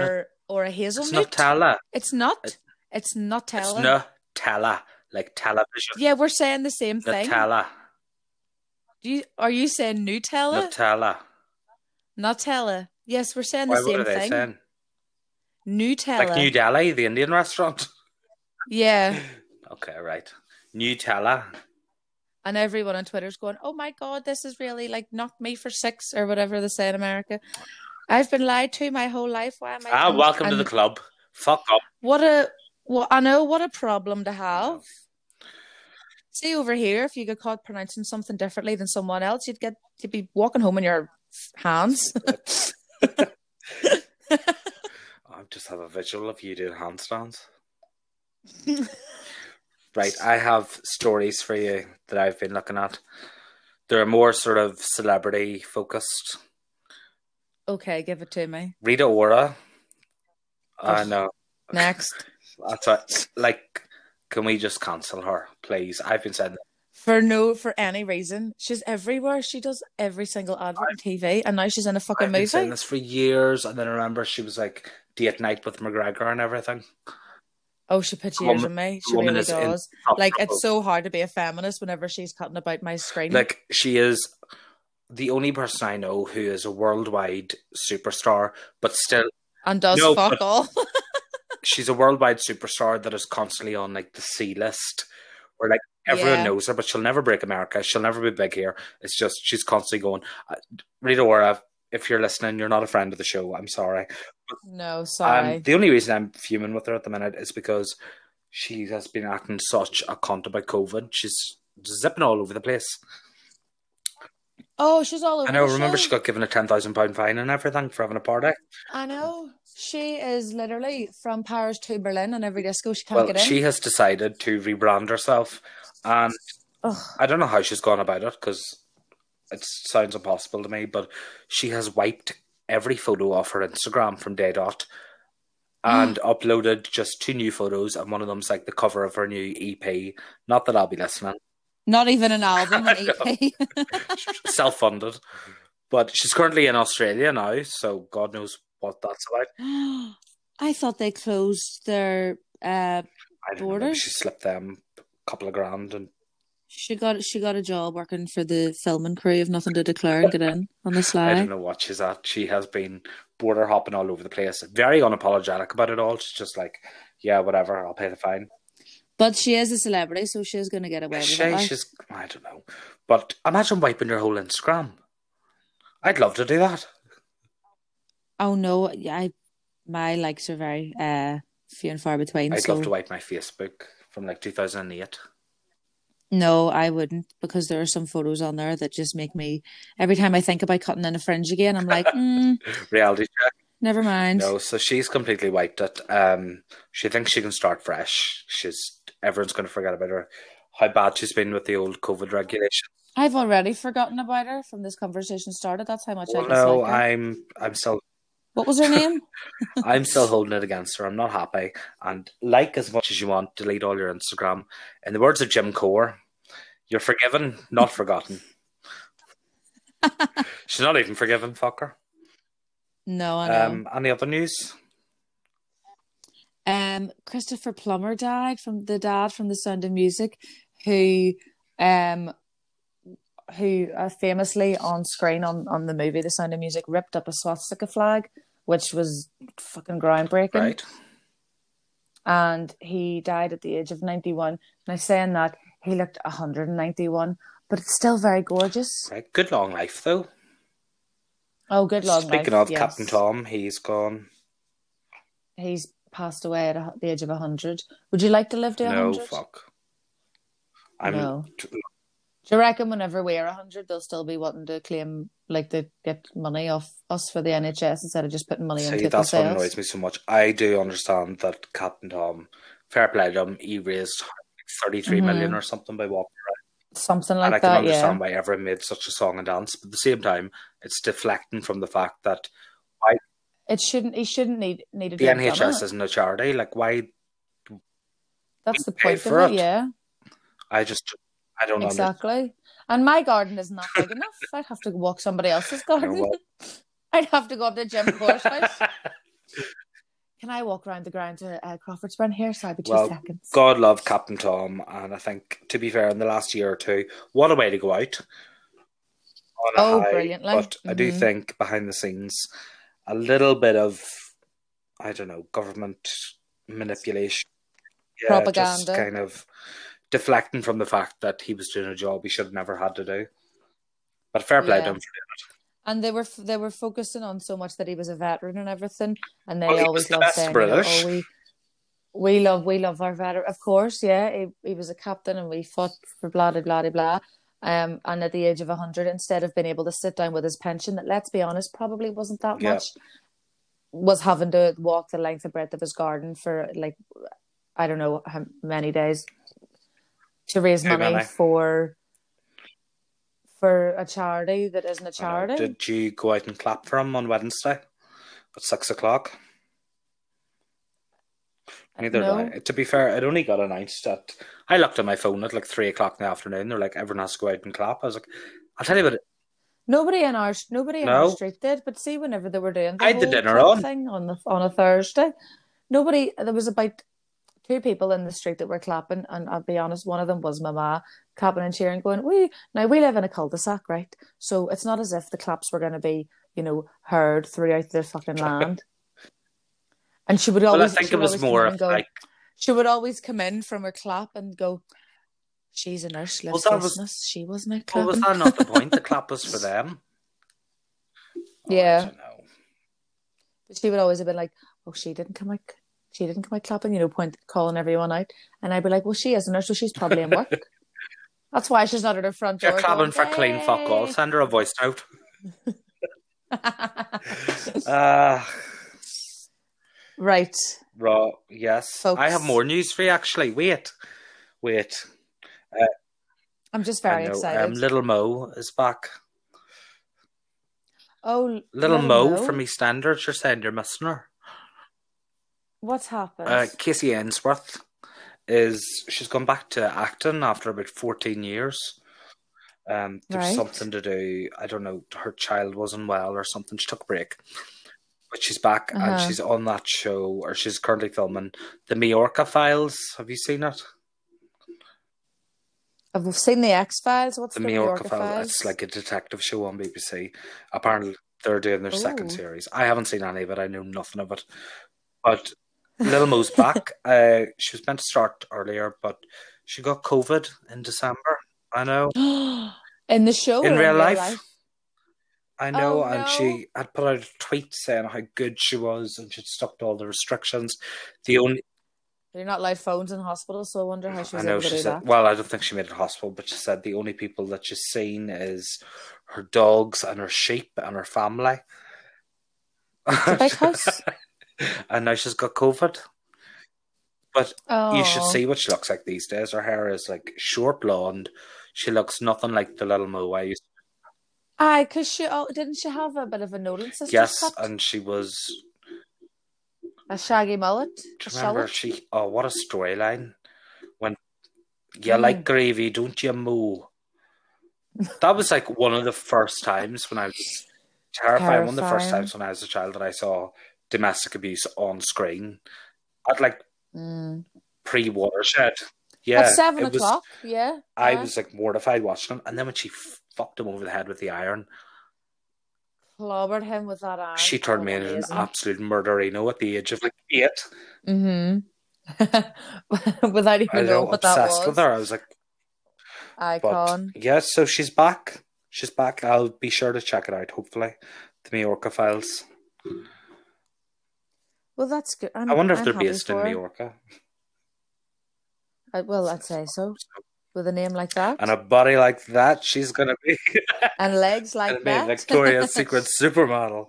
[SPEAKER 1] or a
[SPEAKER 2] It's
[SPEAKER 1] hazelnut?
[SPEAKER 2] Nutella.
[SPEAKER 1] It's not.
[SPEAKER 2] It-
[SPEAKER 1] It's Nutella.
[SPEAKER 2] It's Nutella, like television.
[SPEAKER 1] yeah, we're saying the same thing.
[SPEAKER 2] Nutella.
[SPEAKER 1] Do you, are you saying Nutella?
[SPEAKER 2] Nutella.
[SPEAKER 1] Nutella. Yes, we're saying the
[SPEAKER 2] Why, what
[SPEAKER 1] same
[SPEAKER 2] are they
[SPEAKER 1] thing.
[SPEAKER 2] saying?
[SPEAKER 1] Nutella.
[SPEAKER 2] Like New Delhi, the Indian restaurant.
[SPEAKER 1] yeah.
[SPEAKER 2] Okay, right. Nutella.
[SPEAKER 1] and everyone on Twitter's going, "Oh my god, this is really like knocked me for six or whatever they say in America." I've been lied to my whole life. Why am I?
[SPEAKER 2] Ah,
[SPEAKER 1] and-
[SPEAKER 2] welcome to the
[SPEAKER 1] and
[SPEAKER 2] club. Fuck up.
[SPEAKER 1] What a well, I know what a problem to have. See over here, if you get caught pronouncing something differently than someone else, you'd get you'd be walking home in your hands.
[SPEAKER 2] I just have a visual of you doing handstands. right, I have stories for you that I've been looking at. They're more sort of celebrity focused.
[SPEAKER 1] okay, give it to me.
[SPEAKER 2] Rita Ora. I
[SPEAKER 1] Ugh.
[SPEAKER 2] know.
[SPEAKER 1] Next,
[SPEAKER 2] That's it. Like, can we just cancel her, please? I've been saying that.
[SPEAKER 1] for no for any reason, she's everywhere. She does every single advert on TV, and now she's in a fucking
[SPEAKER 2] I've been
[SPEAKER 1] movie.
[SPEAKER 2] saying this for years, and then I remember she was like date night with McGregor and everything.
[SPEAKER 1] Oh, she put
[SPEAKER 2] The
[SPEAKER 1] years
[SPEAKER 2] woman-
[SPEAKER 1] on me.
[SPEAKER 2] the
[SPEAKER 1] She
[SPEAKER 2] woman
[SPEAKER 1] really
[SPEAKER 2] is in
[SPEAKER 1] does. Like it's so hard to be a feminist whenever she's cutting about my screen.
[SPEAKER 2] like she is the only person I know who is a worldwide superstar, but still
[SPEAKER 1] and does
[SPEAKER 2] no,
[SPEAKER 1] fuck
[SPEAKER 2] but-
[SPEAKER 1] all.
[SPEAKER 2] she's a worldwide superstar that is constantly on like the C list, where like everyone
[SPEAKER 1] Yeah.
[SPEAKER 2] knows her, but she'll never break America. She'll never be big here. It's just she's constantly going. uh, Rita Ora, if you're listening, you're not a friend of the show. I'm sorry.
[SPEAKER 1] no, sorry.
[SPEAKER 2] Um, the only reason I'm fuming with her at the minute is because she has been acting such a cunt about COVID. She's zipping all over the place.
[SPEAKER 1] oh, she's all over.
[SPEAKER 2] I know.
[SPEAKER 1] the
[SPEAKER 2] Remember,
[SPEAKER 1] show.
[SPEAKER 2] she got given a ten thousand pound fine and everything for having a party.
[SPEAKER 1] I know she is literally from Paris to Berlin, and every disco she can't
[SPEAKER 2] Well,
[SPEAKER 1] get in.
[SPEAKER 2] she has decided to rebrand herself, and
[SPEAKER 1] Ugh.
[SPEAKER 2] I don't know how she's gone about it because it sounds impossible to me. But she has wiped every photo off her Instagram from day dot, and uploaded just two new photos, and one of them's like the cover of her new EP. Not that I'll be listening.
[SPEAKER 1] Not even an album, an E
[SPEAKER 2] I know.
[SPEAKER 1] EP.
[SPEAKER 2] self funded. But she's currently in Australia now, so God knows what that's about.
[SPEAKER 1] I thought they closed their. Uh,
[SPEAKER 2] I don't know, maybe
[SPEAKER 1] Borders?
[SPEAKER 2] she slipped them a couple of grand and
[SPEAKER 1] she got she got a job working for the filming crew of Nothing to Declare and Get In on the
[SPEAKER 2] I
[SPEAKER 1] sly.
[SPEAKER 2] don't know what she's at. She has been border hopping all over the place. Very unapologetic about it all. She's just like, yeah, whatever, I'll pay the fine.
[SPEAKER 1] But she is a celebrity, so she's going to get away with
[SPEAKER 2] She,
[SPEAKER 1] it. like.
[SPEAKER 2] she's, I don't know. But imagine wiping your whole Instagram. I'd love to do that.
[SPEAKER 1] Oh no, yeah, I my likes are very uh few and far between.
[SPEAKER 2] I'd
[SPEAKER 1] so
[SPEAKER 2] love to wipe my Facebook from like 2008.
[SPEAKER 1] No, I wouldn't because there are some photos on there that just make me. Every time I think about cutting in a fringe again, I'm like, mm,
[SPEAKER 2] Reality check.
[SPEAKER 1] never mind.
[SPEAKER 2] No, so she's completely wiped it. Um, she thinks she can start fresh. She's everyone's going to forget about her. How bad she's been with the old COVID regulation.
[SPEAKER 1] I've already forgotten about her from this conversation started. That's how much I
[SPEAKER 2] Well,
[SPEAKER 1] dislike
[SPEAKER 2] no,
[SPEAKER 1] her.
[SPEAKER 2] I'm I'm still
[SPEAKER 1] What was her name?
[SPEAKER 2] I'm still holding it against her. I'm not happy. And like as much as you want, delete all your Instagram. In the words of Jim Core, you're forgiven, not forgotten. She's not even forgiven, fucker.
[SPEAKER 1] no, I know. Um,
[SPEAKER 2] Um, any other news?
[SPEAKER 1] Um, Christopher Plummer died from the dad from The Sound of Music, who, um, who uh, famously on screen on on the movie The Sound of Music ripped up a swastika flag, which was fucking groundbreaking.
[SPEAKER 2] Right.
[SPEAKER 1] and he died at the age of 91. Now, saying that, he looked 191, but it's still very gorgeous.
[SPEAKER 2] Right. Good long life though.
[SPEAKER 1] Oh, good long
[SPEAKER 2] Speaking
[SPEAKER 1] life,
[SPEAKER 2] of
[SPEAKER 1] yes.
[SPEAKER 2] Captain Tom, he's gone.
[SPEAKER 1] He's passed away at a- the age of 100. Would you like to live to 100?
[SPEAKER 2] No fuck. I'm
[SPEAKER 1] No. Do you reckon whenever we're 100, they'll still be wanting to claim, like, to get money off us for the NHS instead of just putting money into
[SPEAKER 2] See,
[SPEAKER 1] it
[SPEAKER 2] that's what
[SPEAKER 1] themselves?
[SPEAKER 2] annoys me so much. I do understand that Captain Tom, fair play to him, he raised thirty-three million
[SPEAKER 1] Mm-hmm.
[SPEAKER 2] or something by walking.
[SPEAKER 1] Something
[SPEAKER 2] and I
[SPEAKER 1] like
[SPEAKER 2] can
[SPEAKER 1] that,
[SPEAKER 2] understand
[SPEAKER 1] yeah.
[SPEAKER 2] why everyone made such a song and dance, but at the same time, it's deflecting from the fact that
[SPEAKER 1] It shouldn't, he shouldn't need, need a
[SPEAKER 2] the
[SPEAKER 1] damn
[SPEAKER 2] NHS
[SPEAKER 1] camera.
[SPEAKER 2] isn't a charity. Like, why?
[SPEAKER 1] That's the
[SPEAKER 2] paid
[SPEAKER 1] point
[SPEAKER 2] for
[SPEAKER 1] of
[SPEAKER 2] it.
[SPEAKER 1] it, yeah.
[SPEAKER 2] I just, I don't
[SPEAKER 1] Exactly. And my garden is not big enough. I'd have to walk somebody else's garden.
[SPEAKER 2] well.
[SPEAKER 1] I'd have to go up to Jim Core's house.
[SPEAKER 2] understand.
[SPEAKER 1] Can I walk around the ground to uh, Crawford's Burn here? So I'll be two
[SPEAKER 2] Well,
[SPEAKER 1] seconds.
[SPEAKER 2] God love Captain Tom, and I think, to be fair, in the last year or two, what a way to go out. On a
[SPEAKER 1] Oh, brilliantly.
[SPEAKER 2] But I do
[SPEAKER 1] Mhm.
[SPEAKER 2] think behind the scenes, a little bit of, I don't know, government manipulation, yeah, just
[SPEAKER 1] Propaganda.
[SPEAKER 2] kind of deflecting from the fact that he was doing a job he should have never had to do. But fair play
[SPEAKER 1] Yeah.
[SPEAKER 2] to him.
[SPEAKER 1] And they were f- they were focusing on so much that he was a veteran and everything. And they
[SPEAKER 2] Well, Oh, he was
[SPEAKER 1] always
[SPEAKER 2] the
[SPEAKER 1] love
[SPEAKER 2] best
[SPEAKER 1] saying, you know,
[SPEAKER 2] British.
[SPEAKER 1] "Oh, we we love we love our veteran." Of course, yeah. He he was a captain and we fought for blah blah blah blah. Um, and at the age of hundred, instead of being able to sit down with his pension, that let's be honest, probably wasn't that
[SPEAKER 2] Yeah.
[SPEAKER 1] much. was having to walk the length and breadth of his garden for like I don't know how many days to raise
[SPEAKER 2] Too
[SPEAKER 1] money
[SPEAKER 2] many.
[SPEAKER 1] for for a charity that isn't a
[SPEAKER 2] I know.
[SPEAKER 1] charity.
[SPEAKER 2] Did you go out and clap for him on Wednesday at six o'clock? Neither
[SPEAKER 1] No.
[SPEAKER 2] did I. To be fair, it only got announced at. I looked at my phone at like three o'clock in the afternoon. They're like, everyone has to go out and clap. I was like, I'll tell you what,
[SPEAKER 1] Nobody in our nobody in
[SPEAKER 2] No.
[SPEAKER 1] our street did, but see, whenever they were doing the
[SPEAKER 2] I had the
[SPEAKER 1] whole
[SPEAKER 2] dinner
[SPEAKER 1] club
[SPEAKER 2] on.
[SPEAKER 1] thing on the on a Thursday, nobody there was about two people in the street that were clapping, and I'll be honest, one of them was my ma clapping and cheering, going, "We now we live in a cul-de-sac, right? So it's not as if the claps were going to be, you know, heard throughout the fucking land." And she would
[SPEAKER 2] well, I
[SPEAKER 1] always.
[SPEAKER 2] think
[SPEAKER 1] she
[SPEAKER 2] it
[SPEAKER 1] would
[SPEAKER 2] was
[SPEAKER 1] always come
[SPEAKER 2] more
[SPEAKER 1] in and
[SPEAKER 2] of
[SPEAKER 1] go-
[SPEAKER 2] like, "Oh,
[SPEAKER 1] She would always come in from her clap and go, "She's a nurse. Lives
[SPEAKER 2] Was that- was-
[SPEAKER 1] business. she wasn't a
[SPEAKER 2] well,
[SPEAKER 1] clapping."
[SPEAKER 2] was that not the point? The clap was for them. Oh, I
[SPEAKER 1] Yeah.
[SPEAKER 2] don't know.
[SPEAKER 1] But she would always have been like, "Oh, she didn't come out. She didn't come out clapping." You know, point calling everyone out, and I'd be like, "Well, she is a nurse, so she's probably in work. That's why she's not at her front door."
[SPEAKER 2] You're clapping
[SPEAKER 1] going,
[SPEAKER 2] for clean fuck all.
[SPEAKER 1] "Yay."
[SPEAKER 2] Send her a voice note. Uh,
[SPEAKER 1] right.
[SPEAKER 2] Raw, yes. I have
[SPEAKER 1] Folks.
[SPEAKER 2] more news for you, actually. Wait, wait.
[SPEAKER 1] I'm just
[SPEAKER 2] I
[SPEAKER 1] very
[SPEAKER 2] know.
[SPEAKER 1] excited.
[SPEAKER 2] Um, Little Mo is back.
[SPEAKER 1] oh,
[SPEAKER 2] Little,
[SPEAKER 1] Little
[SPEAKER 2] Mo, from EastEnders, you're saying you're missing her.
[SPEAKER 1] What's happened?
[SPEAKER 2] Uh, Casey Ainsworth is she's gone back to acting after about 14 years. Um, there was
[SPEAKER 1] Right.
[SPEAKER 2] something to do. I don't know. Her child wasn't well or something. She took a break, but she's back
[SPEAKER 1] Uh-huh.
[SPEAKER 2] and she's on that show, or she's currently filming the Majorca Files. Have you seen it?
[SPEAKER 1] I've seen the X Files. What's
[SPEAKER 2] the
[SPEAKER 1] the,
[SPEAKER 2] Majorca
[SPEAKER 1] Mallorca
[SPEAKER 2] Files.
[SPEAKER 1] Files?
[SPEAKER 2] It's like a detective show on BBC. Apparently, they're doing their second
[SPEAKER 1] Ooh.
[SPEAKER 2] series. I haven't seen any of it. I know nothing of it. But Little Mo's back. Uh, she was meant to start earlier, but she got COVID in December. I know.
[SPEAKER 1] in the show
[SPEAKER 2] Oh, in
[SPEAKER 1] or
[SPEAKER 2] real life. I know,
[SPEAKER 1] Oh,
[SPEAKER 2] and
[SPEAKER 1] no.
[SPEAKER 2] she had put out a tweet saying how good she was and she'd stuck to all the restrictions. The only
[SPEAKER 1] They're not allowed phones in hospitals, so I wonder how she
[SPEAKER 2] I
[SPEAKER 1] was
[SPEAKER 2] know
[SPEAKER 1] able to
[SPEAKER 2] she
[SPEAKER 1] do
[SPEAKER 2] said.
[SPEAKER 1] that.
[SPEAKER 2] Well, I don't think she made it to hospital, but she said the only people that she's seen is her dogs and her sheep and her family.
[SPEAKER 1] big house.
[SPEAKER 2] and now she's got COVID. But
[SPEAKER 1] Oh,
[SPEAKER 2] you should see what she looks like these days. Her hair is like short blonde. She looks nothing like the little Mo I used.
[SPEAKER 1] Aye, because she oh, didn't she have a bit of a Nolan sister
[SPEAKER 2] Yes,
[SPEAKER 1] cut?
[SPEAKER 2] and she was
[SPEAKER 1] a shaggy mullet.
[SPEAKER 2] Do
[SPEAKER 1] A
[SPEAKER 2] you remember
[SPEAKER 1] shallot?
[SPEAKER 2] she? Oh, what a storyline! When you
[SPEAKER 1] Hmm.
[SPEAKER 2] like gravy, don't you, Moo? That was like one of the first times when I was terrified. One of the first
[SPEAKER 1] Terrifying.
[SPEAKER 2] times when I was a child that I saw domestic abuse on screen. I'd like
[SPEAKER 1] Mm.
[SPEAKER 2] pre watershed. Yeah,
[SPEAKER 1] At seven
[SPEAKER 2] it was-
[SPEAKER 1] o'clock. Yeah,
[SPEAKER 2] I
[SPEAKER 1] yeah.
[SPEAKER 2] was like mortified watching him, and then when she f- fucked him over the head with the iron,
[SPEAKER 1] clobbered him with that iron.
[SPEAKER 2] she turned me into an absolute murderino at the age of like eight.
[SPEAKER 1] Mm-hmm. Without
[SPEAKER 2] I
[SPEAKER 1] even
[SPEAKER 2] was
[SPEAKER 1] knowing what that
[SPEAKER 2] obsessed with
[SPEAKER 1] was.
[SPEAKER 2] her. I was like, But
[SPEAKER 1] Icon.
[SPEAKER 2] yeah, so she's back. She's back. I'll be sure to check it out, hopefully. The Majorca files.
[SPEAKER 1] Well, that's good. I'm,
[SPEAKER 2] I wonder if
[SPEAKER 1] I'm
[SPEAKER 2] they're
[SPEAKER 1] happy
[SPEAKER 2] based in
[SPEAKER 1] for her.
[SPEAKER 2] Majorca.
[SPEAKER 1] I, well, I'd say so. With a name like that
[SPEAKER 2] And a body like that, she's gonna be
[SPEAKER 1] and legs like
[SPEAKER 2] gonna be
[SPEAKER 1] that.
[SPEAKER 2] a Victoria's Secret supermodel.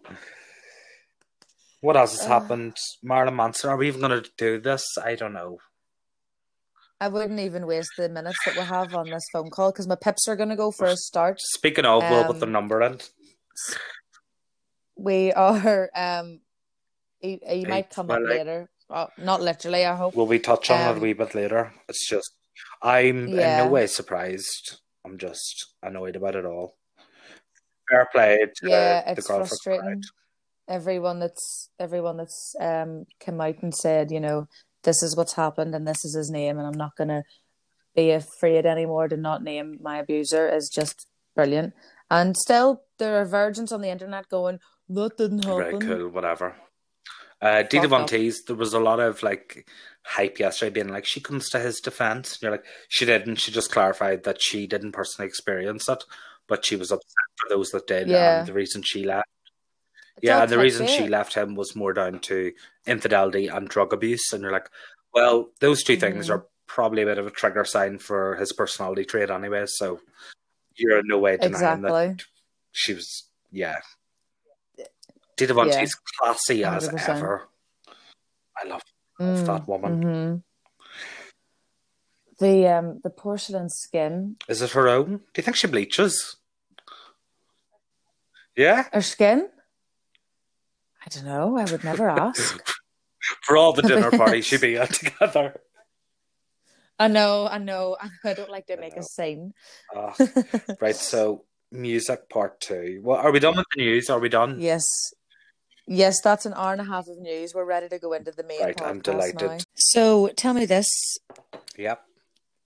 [SPEAKER 2] What else has
[SPEAKER 1] Ugh.
[SPEAKER 2] happened? Marilyn Manson, are we even gonna do this? I don't know.
[SPEAKER 1] I wouldn't even waste the minutes that we have on this phone call because my pips are going to go for a start.
[SPEAKER 2] Speaking of, we'll put the
[SPEAKER 1] Um,
[SPEAKER 2] number in.
[SPEAKER 1] We are. Um, he, he might
[SPEAKER 2] Eight,
[SPEAKER 1] come
[SPEAKER 2] well,
[SPEAKER 1] up
[SPEAKER 2] like-
[SPEAKER 1] later. Oh, not literally. I hope.
[SPEAKER 2] Will we touch on it
[SPEAKER 1] um,
[SPEAKER 2] a wee bit later? It's just I'm in
[SPEAKER 1] Yeah.
[SPEAKER 2] no way surprised. I'm just annoyed about it all. Fair play to
[SPEAKER 1] yeah,
[SPEAKER 2] the
[SPEAKER 1] it's
[SPEAKER 2] girl for
[SPEAKER 1] frustrating.
[SPEAKER 2] Pride.
[SPEAKER 1] Everyone that's everyone that's um come out and said, you know, this is what's happened and this is his name, and I'm not gonna be afraid anymore to not name my abuser is just brilliant. And still, there are virgins on the internet going, that didn't
[SPEAKER 2] Very
[SPEAKER 1] happen.
[SPEAKER 2] cool, whatever. Uh, Dita
[SPEAKER 1] Fuck
[SPEAKER 2] Von
[SPEAKER 1] off.
[SPEAKER 2] Teese, there was a lot of like hype yesterday being like, she comes to his defense. And you're like, she didn't. She just clarified that she didn't personally experience it, but she was upset for those that did.
[SPEAKER 1] Yeah.
[SPEAKER 2] And the reason she left.
[SPEAKER 1] It's
[SPEAKER 2] Yeah,
[SPEAKER 1] all
[SPEAKER 2] and the reason
[SPEAKER 1] clickbait.
[SPEAKER 2] she left him was more down to infidelity and drug abuse. And you're like, well, those 2 things
[SPEAKER 1] Mhm.
[SPEAKER 2] are probably a bit of a trigger sign for his personality trait, anyway. So you're in no way denying that
[SPEAKER 1] Exactly.
[SPEAKER 2] she was yeah. Dita Von
[SPEAKER 1] Yeah.
[SPEAKER 2] Teese classy as
[SPEAKER 1] 100%.
[SPEAKER 2] ever. I love
[SPEAKER 1] Mm,
[SPEAKER 2] that woman.
[SPEAKER 1] mhm. The um the porcelain skin,
[SPEAKER 2] Is it her own? Do you think she bleaches? Yeah,
[SPEAKER 1] her skin. I don't know. I would never ask.
[SPEAKER 2] for all the dinner parties she be at together.
[SPEAKER 1] I know, I know. I don't like to
[SPEAKER 2] I
[SPEAKER 1] make
[SPEAKER 2] know.
[SPEAKER 1] a scene.
[SPEAKER 2] Ah, right, so music part two. Well, are we done with the news? Are we done?
[SPEAKER 1] yes. Yes, that's an hour and a half of news. We're ready to go into the main
[SPEAKER 2] Right, I'm
[SPEAKER 1] podcast
[SPEAKER 2] delighted.
[SPEAKER 1] now. So tell me this.
[SPEAKER 2] Yep.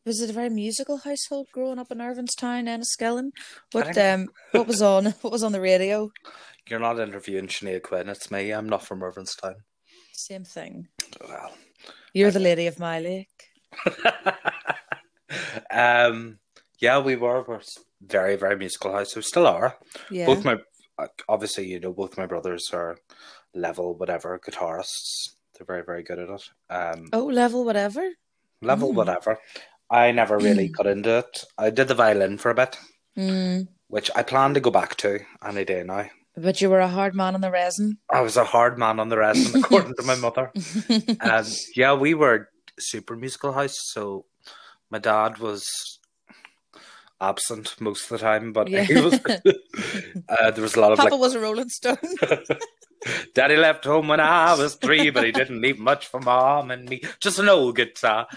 [SPEAKER 1] Was it a very musical household growing up in Irvinstown and Enniskillen? What um
[SPEAKER 2] think-
[SPEAKER 1] what was on what was on the radio?
[SPEAKER 2] You're not interviewing Sinead Quinn, it's me. I'm not from Irvinstown.
[SPEAKER 1] Same thing.
[SPEAKER 2] Well.
[SPEAKER 1] You're the lady of my lake.
[SPEAKER 2] um, yeah, we were, we're very, very musical house. We still are.
[SPEAKER 1] Yeah.
[SPEAKER 2] Both my, uh, obviously, you know, both my brothers are level, whatever, guitarists. They're very, very good at it. Um,
[SPEAKER 1] Oh, level whatever.
[SPEAKER 2] level,
[SPEAKER 1] mm.
[SPEAKER 2] whatever. I never really got into it. I did the violin for a bit, Hmm.
[SPEAKER 1] Mm,
[SPEAKER 2] which I plan to go back to any day now.
[SPEAKER 1] but you were a hard man on the resin.
[SPEAKER 2] I was a hard man on the resin, according to my mother. um, yeah, we were super musical house. So my dad was absent most of the time, but
[SPEAKER 1] Yeah.
[SPEAKER 2] he was. uh, there was a lot of
[SPEAKER 1] Papa
[SPEAKER 2] like,
[SPEAKER 1] was a Rolling Stone.
[SPEAKER 2] Daddy left home when I was three, but he didn't leave much for mom and me. Just an old guitar.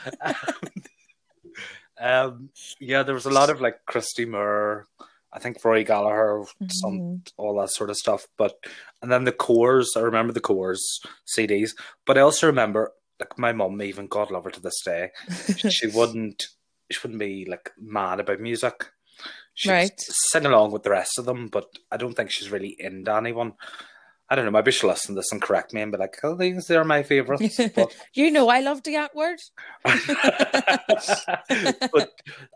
[SPEAKER 2] um, yeah, there was a lot of like Christy Moore. I think Roy Gallagher, some all that sort of stuff. But and then the cores, I remember the cores CDs, but I also remember like my mum, even God love her to this day, she wouldn't she wouldn't be like mad about music. She'd
[SPEAKER 1] Right.
[SPEAKER 2] sing along with the rest of them, but I don't think she's really into anyone. I don't know, maybe she'll listen to this and correct me and be like, Oh, these are my favourites. But
[SPEAKER 1] you know I love the ant word.
[SPEAKER 2] but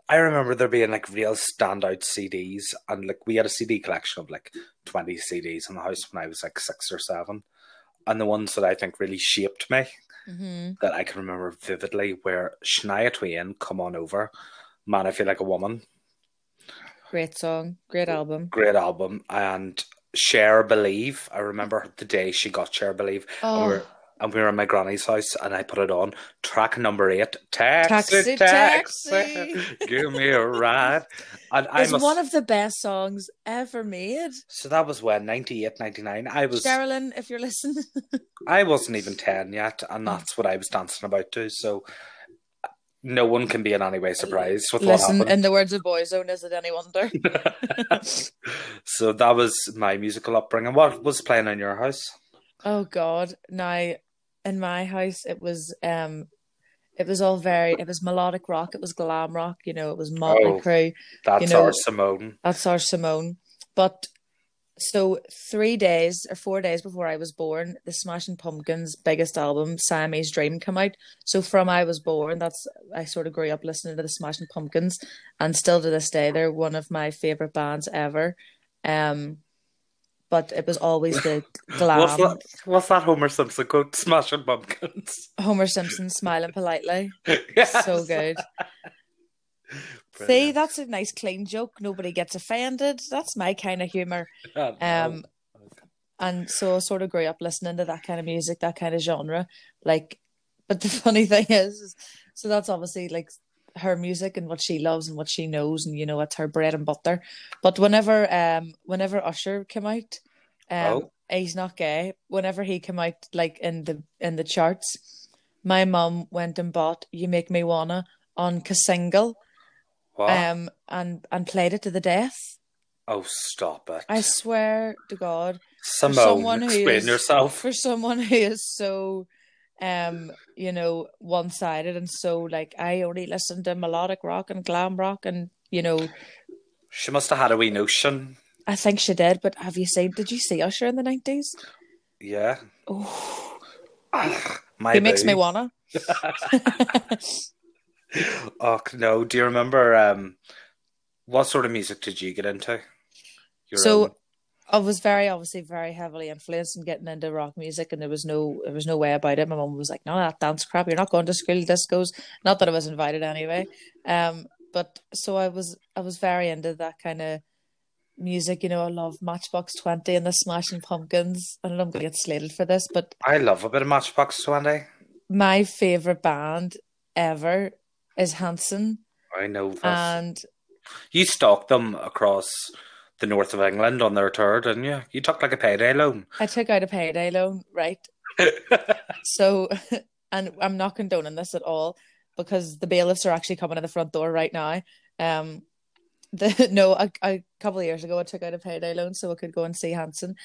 [SPEAKER 2] I remember there being like real standout CDs, and like we had a CD collection of like 20 CDs in the house when I was like six or seven. And the ones that I think really shaped me that I can remember vividly where Shania Twain come on over. Man, I feel like a woman.
[SPEAKER 1] Great song, great album.
[SPEAKER 2] Great album. And Share Believe. I remember the day she got Share Believe. And, we were,
[SPEAKER 1] Oh.
[SPEAKER 2] and we were in my granny's house and I put it on. Track number eight.
[SPEAKER 1] Taxi,
[SPEAKER 2] Taxi, taxi.
[SPEAKER 1] taxi.
[SPEAKER 2] Give me a ride. And I
[SPEAKER 1] It's
[SPEAKER 2] must,
[SPEAKER 1] one of the best songs ever made.
[SPEAKER 2] so that was when, 98, 99. I was
[SPEAKER 1] Sherilyn, if you're listening,
[SPEAKER 2] I wasn't even 10 yet,
[SPEAKER 1] Oh.
[SPEAKER 2] and that's what I was dancing about to. So no one can be in any way surprised with
[SPEAKER 1] listen.
[SPEAKER 2] what
[SPEAKER 1] In
[SPEAKER 2] happened.
[SPEAKER 1] the words of Boyzone, is it any wonder?
[SPEAKER 2] so that was my musical upbringing. What was playing in your house?
[SPEAKER 1] Oh God! Now, in my house, it was um, it was all very. It was melodic rock. It was glam rock. You know, it was Motley
[SPEAKER 2] Oh.
[SPEAKER 1] Crue.
[SPEAKER 2] That's
[SPEAKER 1] know-
[SPEAKER 2] our Simone.
[SPEAKER 1] That's our Simone. But so three days or four days before I was born, the Smashing Pumpkins' biggest album, Siamese Dream, come out. So from I was born, that's I sort of grew up listening to the Smashing Pumpkins, and still to this day, they're one of my favorite bands ever. Um, but it was always the
[SPEAKER 2] What's
[SPEAKER 1] glam.
[SPEAKER 2] that, what's that Homer Simpson quote? Smashing pumpkins.
[SPEAKER 1] Homer Simpson smiling politely.
[SPEAKER 2] Yes.
[SPEAKER 1] So good. See,
[SPEAKER 2] Brilliant.
[SPEAKER 1] that's a nice clean joke. Nobody gets offended. That's my kind of humor.
[SPEAKER 2] Oh, no.
[SPEAKER 1] Um, and so I sort of grew up listening to that kind of music, that kind of genre. Like, but the funny thing is, is so that's obviously like her music and what she loves and what she knows, and you know, it's her bread and butter. But whenever, um, whenever Usher came out, um,
[SPEAKER 2] Oh.
[SPEAKER 1] he's not gay. Whenever he came out, like in the in the charts, my mum went and bought "You Make Me Wanna" on Kasingle,
[SPEAKER 2] What?
[SPEAKER 1] um, and and played it to the death.
[SPEAKER 2] oh, stop it.
[SPEAKER 1] I swear to God.
[SPEAKER 2] Simone,
[SPEAKER 1] someone who
[SPEAKER 2] explain
[SPEAKER 1] is-
[SPEAKER 2] yourself.
[SPEAKER 1] for someone who is so um you know one-sided and so like i only listen to melodic rock and glam rock and you know
[SPEAKER 2] She must have had a wee notion.
[SPEAKER 1] i think she did but have you seen did you see usher in the 90s
[SPEAKER 2] Yeah. Ah,
[SPEAKER 1] oh
[SPEAKER 2] My
[SPEAKER 1] he makes me
[SPEAKER 2] boo.
[SPEAKER 1] wanna
[SPEAKER 2] Oh no! Do you remember um, what sort of music did you get into? Your
[SPEAKER 1] so
[SPEAKER 2] own.
[SPEAKER 1] I was very obviously very heavily influenced in getting into rock music, and there was no there was no way about it. My mum was like, "No, that dance crap. You're not going to school discos." Not that I was invited anyway. Um, but so I was I was very into that kind of music. You know, I love Matchbox Twenty and the Smashing Pumpkins. I don't know I'm gonna get slated for this, but
[SPEAKER 2] I love a bit of Matchbox Twenty.
[SPEAKER 1] my favorite band ever is Hanson,
[SPEAKER 2] I know this.
[SPEAKER 1] and
[SPEAKER 2] you stalked them across the north of England on their tour, didn't you? You took like a payday loan.
[SPEAKER 1] I took out a payday loan, right? So, and I'm not condoning this at all because the bailiffs are actually coming to the front door right now. Um, the, no, a, a couple of years ago, I took out a payday loan so I could go and see Hanson.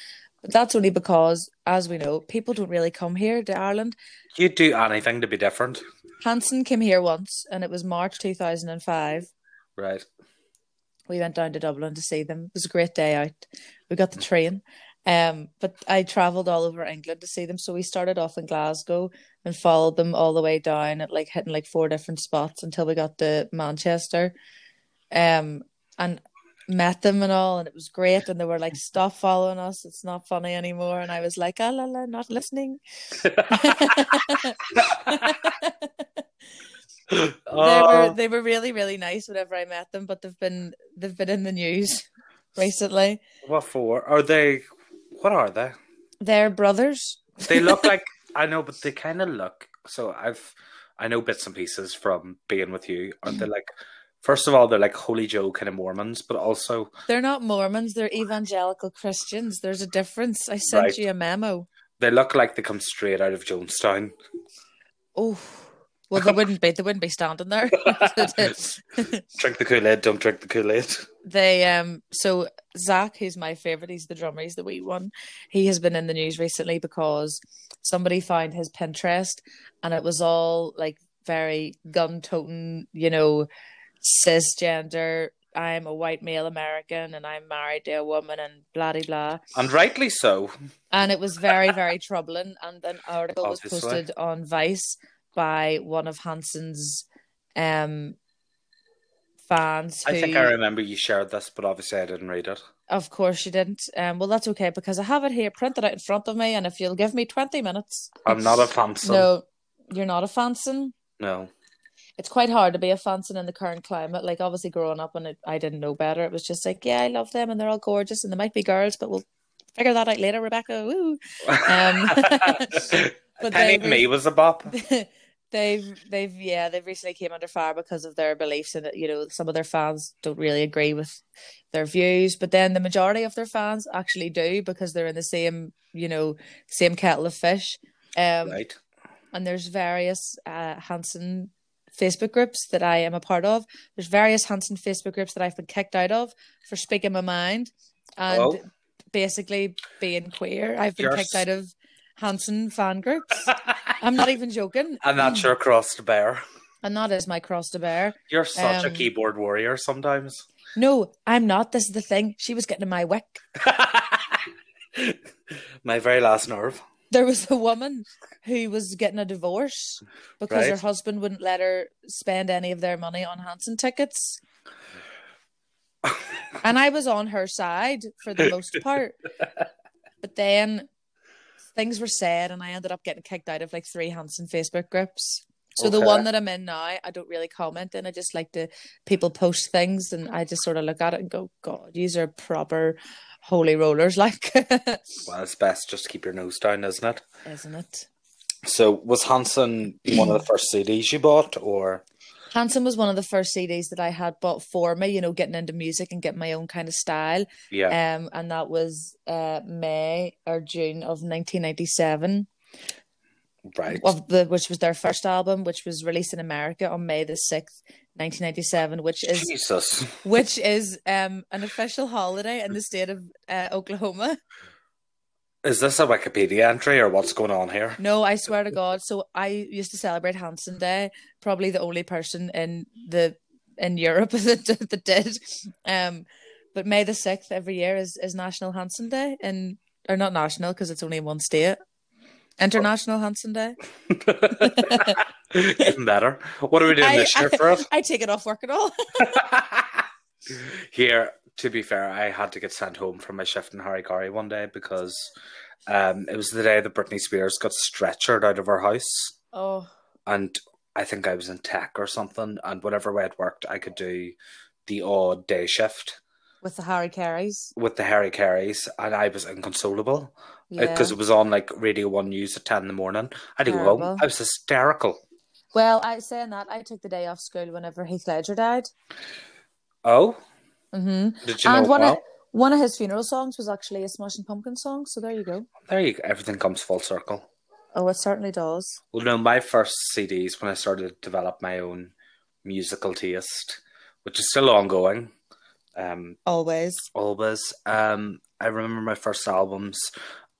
[SPEAKER 1] But that's only because, as we know, people don't really come here to Ireland.
[SPEAKER 2] You'd do anything to be different,
[SPEAKER 1] Hanson came here once, and it was March 2005.
[SPEAKER 2] right?
[SPEAKER 1] We went down to Dublin to see them. It was a great day out. We got the train. Um, but I travelled all over England to see them. So we started off in Glasgow and followed them all the way down at like hitting like four different spots until we got to Manchester. Um, and met them and all, and it was great. And they were like, "Stop following us! It's not funny anymore." And I was like, "Ah la la, not listening." They were
[SPEAKER 2] Oh,
[SPEAKER 1] they were really really nice whenever I met them, but they've been they've been in the news recently.
[SPEAKER 2] what for? Are they? What are they?
[SPEAKER 1] They're brothers.
[SPEAKER 2] They look like I know, but they kind of look. So I've I know bits and pieces from being with you. Aren't they like? First of all, they're like Holy Joe kind of Mormons, but also
[SPEAKER 1] They're not Mormons. They're evangelical Christians. There's a difference. I sent
[SPEAKER 2] Right.
[SPEAKER 1] you a memo.
[SPEAKER 2] they look like they come straight out of Jonestown.
[SPEAKER 1] Oh, well, they wouldn't be. They wouldn't be standing there.
[SPEAKER 2] Drink the Kool Aid, don't drink the Kool Aid.
[SPEAKER 1] they um. So Zach, who's my favorite, he's the drummer. He's the wee one. He has been in the news recently because somebody found his Pinterest, and it was all like very gun-toting, you know, cisgender. I'm a white male American, and I'm married to a woman, and blah de blah.
[SPEAKER 2] And rightly so.
[SPEAKER 1] and it was very very troubling and an article
[SPEAKER 2] Obviously.
[SPEAKER 1] was posted on vice by one of hanson's um fans who
[SPEAKER 2] I think I remember you shared this, but obviously I didn't read it.
[SPEAKER 1] of course you didn't um well that's okay because i have it here printed out in front of me and if you'll give me 20 minutes
[SPEAKER 2] I'm not a Thompson.
[SPEAKER 1] no you're not a fanson.
[SPEAKER 2] No.
[SPEAKER 1] It's quite hard to be a fanson in the current climate. Like obviously growing up and it, I didn't know better. It was just like, yeah, I love them and they're all gorgeous and they might be girls, but we'll figure that out later, Rebecca. Woo. Um, but they
[SPEAKER 2] Penny
[SPEAKER 1] were-
[SPEAKER 2] Me was a bop.
[SPEAKER 1] they've they've yeah they've recently came under fire because of their beliefs and you know some of their fans don't really agree with their views but then the majority of their fans actually do because they're in the same you know same kettle of fish um
[SPEAKER 2] Right.
[SPEAKER 1] and there's various uh Hanson Facebook groups that I am a part of there's various Hanson Facebook groups that I've been kicked out of for speaking my mind and
[SPEAKER 2] Oh.
[SPEAKER 1] basically being queer I've been
[SPEAKER 2] You're
[SPEAKER 1] kicked
[SPEAKER 2] s-
[SPEAKER 1] out of Hanson fan groups I'm not even joking
[SPEAKER 2] And that's your cross to bear.
[SPEAKER 1] and that is my cross to bear.
[SPEAKER 2] You're such a
[SPEAKER 1] Um,
[SPEAKER 2] keyboard warrior sometimes.
[SPEAKER 1] No, I'm not. This is the thing. She was getting in my wick.
[SPEAKER 2] My very last nerve.
[SPEAKER 1] There was a woman who was getting a divorce because her
[SPEAKER 2] Right.
[SPEAKER 1] husband wouldn't let her spend any of their money on Hanson tickets. and I was on her side for the most part. But then things were said, and I ended up getting kicked out of like three Hanson Facebook groups. So the
[SPEAKER 2] Okay.
[SPEAKER 1] one that I'm in now, I don't really comment in. I just like to people post things, and I just sort of look at it and go, "God, these are proper holy rollers, like,
[SPEAKER 2] Well, it's best just to keep your nose down, isn't it?
[SPEAKER 1] isn't it?"
[SPEAKER 2] So, was Hanson one of the first CDs you bought, or
[SPEAKER 1] Hanson was one of the first CDs that I had bought for me, you know, getting into music and getting my own kind of style.
[SPEAKER 2] yeah,
[SPEAKER 1] Um, and that was uh, May or June of 1997,
[SPEAKER 2] Uh, right?
[SPEAKER 1] of the which was their first album, which was released in America on May the 6th, 1997, which is
[SPEAKER 2] Jesus,
[SPEAKER 1] which is um, an official holiday in the state of uh, Oklahoma.
[SPEAKER 2] is this a Wikipedia entry or what's going on here?
[SPEAKER 1] No, I swear to God. So I used to celebrate Hanson Day. Probably the only person in the in Europe that, that did. Um, but May the sixth every year is is National Hanson Day, and or not national because it's only in one state. International Hanson Day.
[SPEAKER 2] Even better. What are we doing
[SPEAKER 1] I,
[SPEAKER 2] this year for
[SPEAKER 1] I,
[SPEAKER 2] it?
[SPEAKER 1] I take it off work at all.
[SPEAKER 2] Here, to be fair, I had to get sent home from my shift in Harikari one day because um, it was the day that Britney Spears got stretchered out of her house.
[SPEAKER 1] Oh,
[SPEAKER 2] and I think I was in tech or something, and whatever way it worked, I could do the odd day shift
[SPEAKER 1] with the Harry Careys.
[SPEAKER 2] with the Harry Careys, and I was inconsolable
[SPEAKER 1] Yeah.
[SPEAKER 2] because it was on like Radio One News at ten in the morning. I didn't go home.
[SPEAKER 1] Terrible.
[SPEAKER 2] I was hysterical.
[SPEAKER 1] Well, I saying that I took the day off school whenever Heath Ledger died.
[SPEAKER 2] Oh,
[SPEAKER 1] hmm
[SPEAKER 2] did you
[SPEAKER 1] And
[SPEAKER 2] know?
[SPEAKER 1] one
[SPEAKER 2] Well,
[SPEAKER 1] of one of his funeral songs was actually a Smashing Pumpkin song. So there you go.
[SPEAKER 2] there you go. Everything comes full circle.
[SPEAKER 1] Oh, it certainly does.
[SPEAKER 2] Well, no, my first CDs when I started to develop my own musical taste, which is still ongoing. Um,
[SPEAKER 1] Always.
[SPEAKER 2] always. Um, I remember my first albums.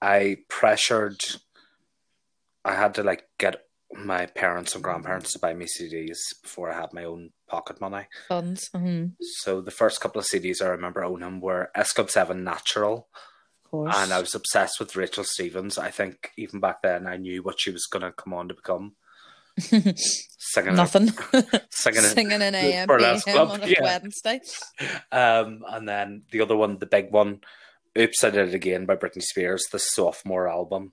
[SPEAKER 2] I pressured. I had to like get my parents and grandparents to buy me CDs before I had my own pocket money.
[SPEAKER 1] Buns. Mm,
[SPEAKER 2] So the first couple of CDs I remember owning were S Club Seven Natural,
[SPEAKER 1] of course.
[SPEAKER 2] and I was obsessed with Rachel Stevens. I think even back then I knew what she was gonna come on to become. Singing,
[SPEAKER 1] Nothing.
[SPEAKER 2] singing, it.
[SPEAKER 1] Singing in AM,
[SPEAKER 2] burlesque
[SPEAKER 1] PM
[SPEAKER 2] club,
[SPEAKER 1] on a
[SPEAKER 2] yeah.
[SPEAKER 1] Wednesday.
[SPEAKER 2] Um, and then the other one, the big one, "Oops, I Did It Again" by Britney Spears, the sophomore album.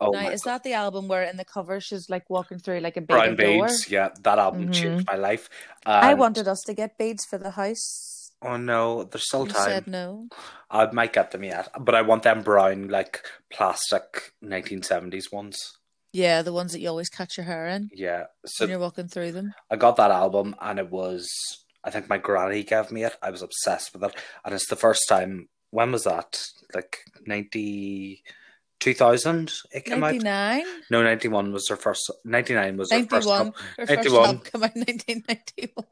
[SPEAKER 2] Oh
[SPEAKER 1] now,
[SPEAKER 2] my
[SPEAKER 1] is
[SPEAKER 2] God.
[SPEAKER 1] that the album where in the cover she's like walking through like a
[SPEAKER 2] Brown
[SPEAKER 1] baby door? Mm-hmm.
[SPEAKER 2] Beads, yeah, that album changed my life.
[SPEAKER 1] I
[SPEAKER 2] Um,
[SPEAKER 1] wanted us to get beads for the house.
[SPEAKER 2] Oh no, there's still
[SPEAKER 1] You said
[SPEAKER 2] time.
[SPEAKER 1] no.
[SPEAKER 2] I might get them yet, but I want them brown, like plastic 1970s ones.
[SPEAKER 1] Yeah, the ones that you always catch your hair in
[SPEAKER 2] Yeah, so
[SPEAKER 1] when you're walking through them.
[SPEAKER 2] I got that album, and it was I think my granny gave me it. I was obsessed with it, and it's the first time. When was that? Like ninety two thousand? It came out.
[SPEAKER 1] 99?
[SPEAKER 2] No, ninety one was her first. Ninety nine was her first.
[SPEAKER 1] 91.
[SPEAKER 2] album.
[SPEAKER 1] Her first
[SPEAKER 2] 91.
[SPEAKER 1] album come out in 1991.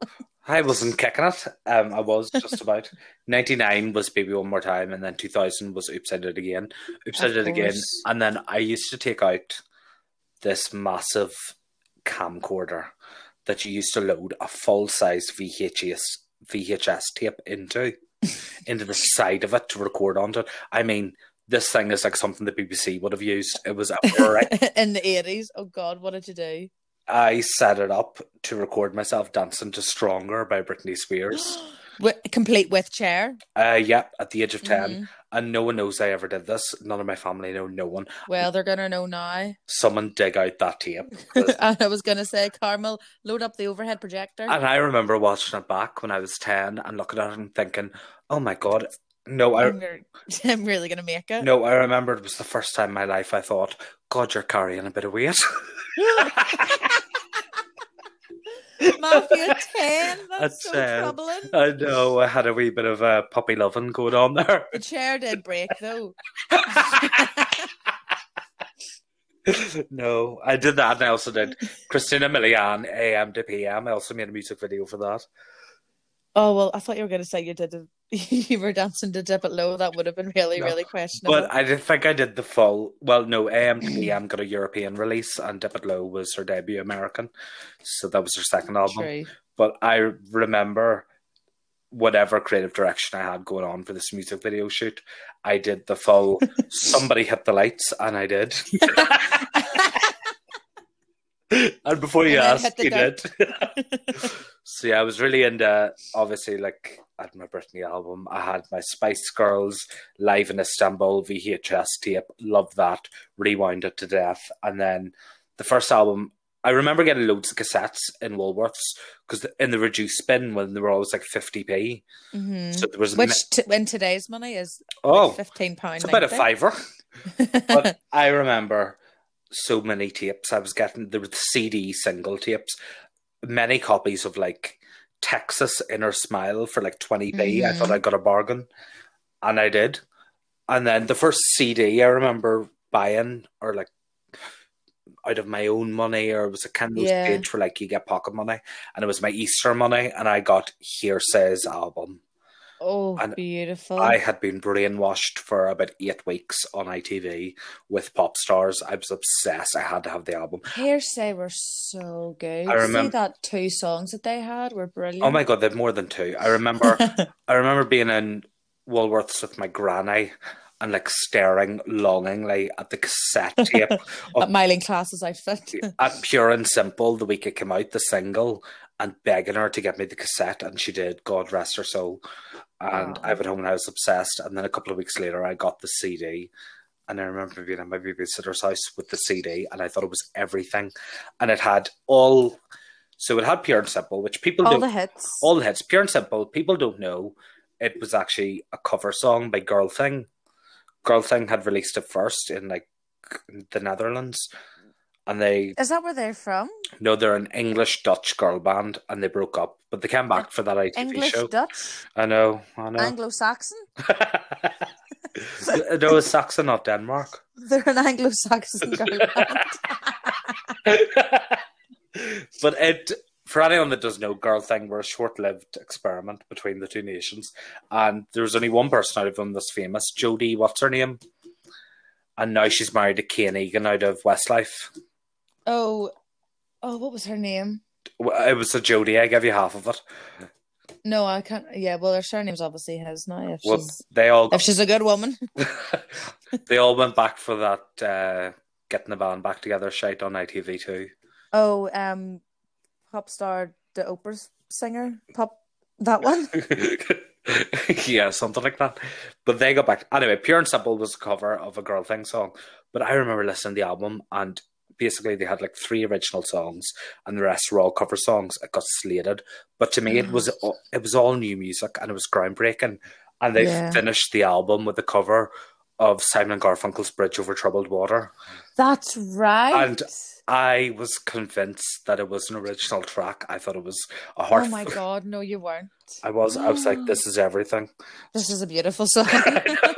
[SPEAKER 2] I wasn't kicking it. Um, I was just about. ninety nine was Baby One More Time, and then two thousand was Oops I Did It Again. Oops I
[SPEAKER 1] Of
[SPEAKER 2] Did It Again,
[SPEAKER 1] course.
[SPEAKER 2] and then I used to take out this massive camcorder that you used to load a full size VHS VHS tape into into the side of it to record onto it. I mean, this thing is like something the BBC would have used. It was a brick
[SPEAKER 1] in the 80s. Oh, God, what did you do?
[SPEAKER 2] I set it up to record myself dancing to Stronger by Britney Spears.
[SPEAKER 1] Wi- complete with chair.
[SPEAKER 2] Uh, yeah, at the age of 10.
[SPEAKER 1] Mm-hmm.
[SPEAKER 2] And no one knows I ever did this. None of my family know, no one.
[SPEAKER 1] Well, they're gonna know now.
[SPEAKER 2] Someone dig out that tape.
[SPEAKER 1] and I was gonna say, Carmel, load up the overhead projector.
[SPEAKER 2] And I remember watching it back when I was 10 and looking at it and thinking, oh my God. No, I,
[SPEAKER 1] I'm, re- I'm really gonna make it.
[SPEAKER 2] no, I remember it was the first time in my life I thought, God, you're carrying a bit of weight.
[SPEAKER 1] Matthew ten. That's
[SPEAKER 2] That's
[SPEAKER 1] so
[SPEAKER 2] sad.
[SPEAKER 1] troubling.
[SPEAKER 2] I know I had a wee bit of uh, puppy loving going on there.
[SPEAKER 1] The chair did break though.
[SPEAKER 2] no, I did that and I also did Christina Milian, AM to PM. I also made a music video for that.
[SPEAKER 1] Oh well, I thought you were gonna say you did. A, you were dancing to dip it low. That would have been really,
[SPEAKER 2] No.
[SPEAKER 1] really questionable.
[SPEAKER 2] But I did think I did the full. Well, no, AM to PM got a European release and Dip It Low was her debut American. So that was her second album.
[SPEAKER 1] True.
[SPEAKER 2] But um, I remember whatever creative direction I had going on for this music video shoot, I did the full somebody hit the lights and I did. and before you
[SPEAKER 1] And then
[SPEAKER 2] asked,
[SPEAKER 1] hit the
[SPEAKER 2] you did. so yeah, I was really into obviously like I had my Britney album, I had my Spice Girls live in Istanbul VHS tape, love that, rewound it to death, and then the first album. I remember getting loads of cassettes in Woolworths because in the reduced bin when they were always like fifty p,
[SPEAKER 1] hmm
[SPEAKER 2] so there was a mi-
[SPEAKER 1] Which t- in today's money is
[SPEAKER 2] oh
[SPEAKER 1] fifteen pounds.
[SPEAKER 2] it's about a fiver. but I remember so many tapes I was getting. There were the CD single tapes, many copies of like Texas Inner Smile for like 20p. I
[SPEAKER 1] Mhm.
[SPEAKER 2] thought I got a bargain, and I did. And then the first CD I remember buying, or like out of my own money, or it was a Kindle
[SPEAKER 1] Yeah.
[SPEAKER 2] page for like you get pocket money, and it was my Easter money, and I got Hearsay's album.
[SPEAKER 1] oh,
[SPEAKER 2] and
[SPEAKER 1] beautiful.
[SPEAKER 2] I had been brainwashed for about eight weeks on ITV with pop stars. I was obsessed. I had to have the album.
[SPEAKER 1] Hearsay were so good.
[SPEAKER 2] I remem-
[SPEAKER 1] See that two songs that they had were brilliant.
[SPEAKER 2] Oh my god, they've more than two. I remember I remember being in Woolworths with my granny and like staring longingly at the cassette tape
[SPEAKER 1] At Miley Class's outfit.
[SPEAKER 2] at Pure and Simple the week it came out, the single, and begging her to get me the cassette and she did, God rest her soul. And
[SPEAKER 1] Wow.
[SPEAKER 2] I went home and I was obsessed. And then a couple of weeks later I got the CD. And I remember being at my babysitter's house with the CD, and I thought it was everything. And it had all, so it had Pure and Simple, which people
[SPEAKER 1] All
[SPEAKER 2] don't
[SPEAKER 1] the hits.
[SPEAKER 2] all the hits, pure and simple. People don't know it was actually a cover song by Girl Thing. Girl Thing had released it first in like the Netherlands, and they
[SPEAKER 1] is that where they're from?
[SPEAKER 2] know they're an English Dutch girl band, and they broke up, but they came back for that ITV
[SPEAKER 1] English,
[SPEAKER 2] show.
[SPEAKER 1] Dutch,
[SPEAKER 2] I know, I know.
[SPEAKER 1] Anglo-Saxon.
[SPEAKER 2] no, it's Saxon, not Denmark.
[SPEAKER 1] They're an Anglo-Saxon girl band.
[SPEAKER 2] but it for anyone that doesn't know, Girl Thing were a short lived experiment between the two nations. And there was only one person out of them that's famous, Jodie, what's her name? And now she's married to Kane Egan out of Westlife.
[SPEAKER 1] Oh, oh, what was her name?
[SPEAKER 2] Well, It was a Jodie, I give you half of it.
[SPEAKER 1] No, I can't. Yeah, well, her surname's obviously his now. If
[SPEAKER 2] Well,
[SPEAKER 1] she's
[SPEAKER 2] they all
[SPEAKER 1] if she's a good woman,
[SPEAKER 2] they all went back for that uh, getting the band back together shite on ITV too.
[SPEAKER 1] oh, um, pop star, the Oprah's singer, pop that one.
[SPEAKER 2] yeah, something like that. But they got back. Anyway, Pure and Simple was a cover of a Girl Thing song. But I remember listening to the album, and basically they had like three original songs, and the rest were all cover songs. It got slated, but to me it was all- it was all new music, and it was groundbreaking. And they
[SPEAKER 1] Yeah.
[SPEAKER 2] finished the album with a cover of Simon and Garfunkel's "Bridge Over Troubled Water."
[SPEAKER 1] That's right.
[SPEAKER 2] And I was convinced that it was an original track. I thought it was a heart.
[SPEAKER 1] oh my god, no, you weren't.
[SPEAKER 2] I was. I was like, "This is everything."
[SPEAKER 1] This is a beautiful song.
[SPEAKER 2] I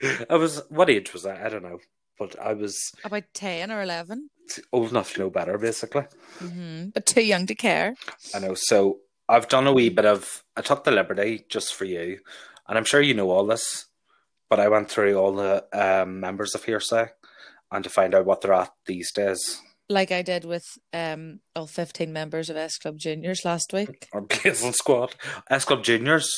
[SPEAKER 2] know. I was what age was I? I don't know, but I was
[SPEAKER 1] About ten or 11
[SPEAKER 2] old enough to know better, basically.
[SPEAKER 1] mm-hmm. but too young to care.
[SPEAKER 2] I know. So I've done a wee bit of. I took the liberty just for you, and I'm sure you know all this, but I went through all the um, members of hearsay and to find out what they're at these days.
[SPEAKER 1] Like I did with um all fifteen members of S Club Juniors last week.
[SPEAKER 2] Or Basel Squad, S Club Juniors.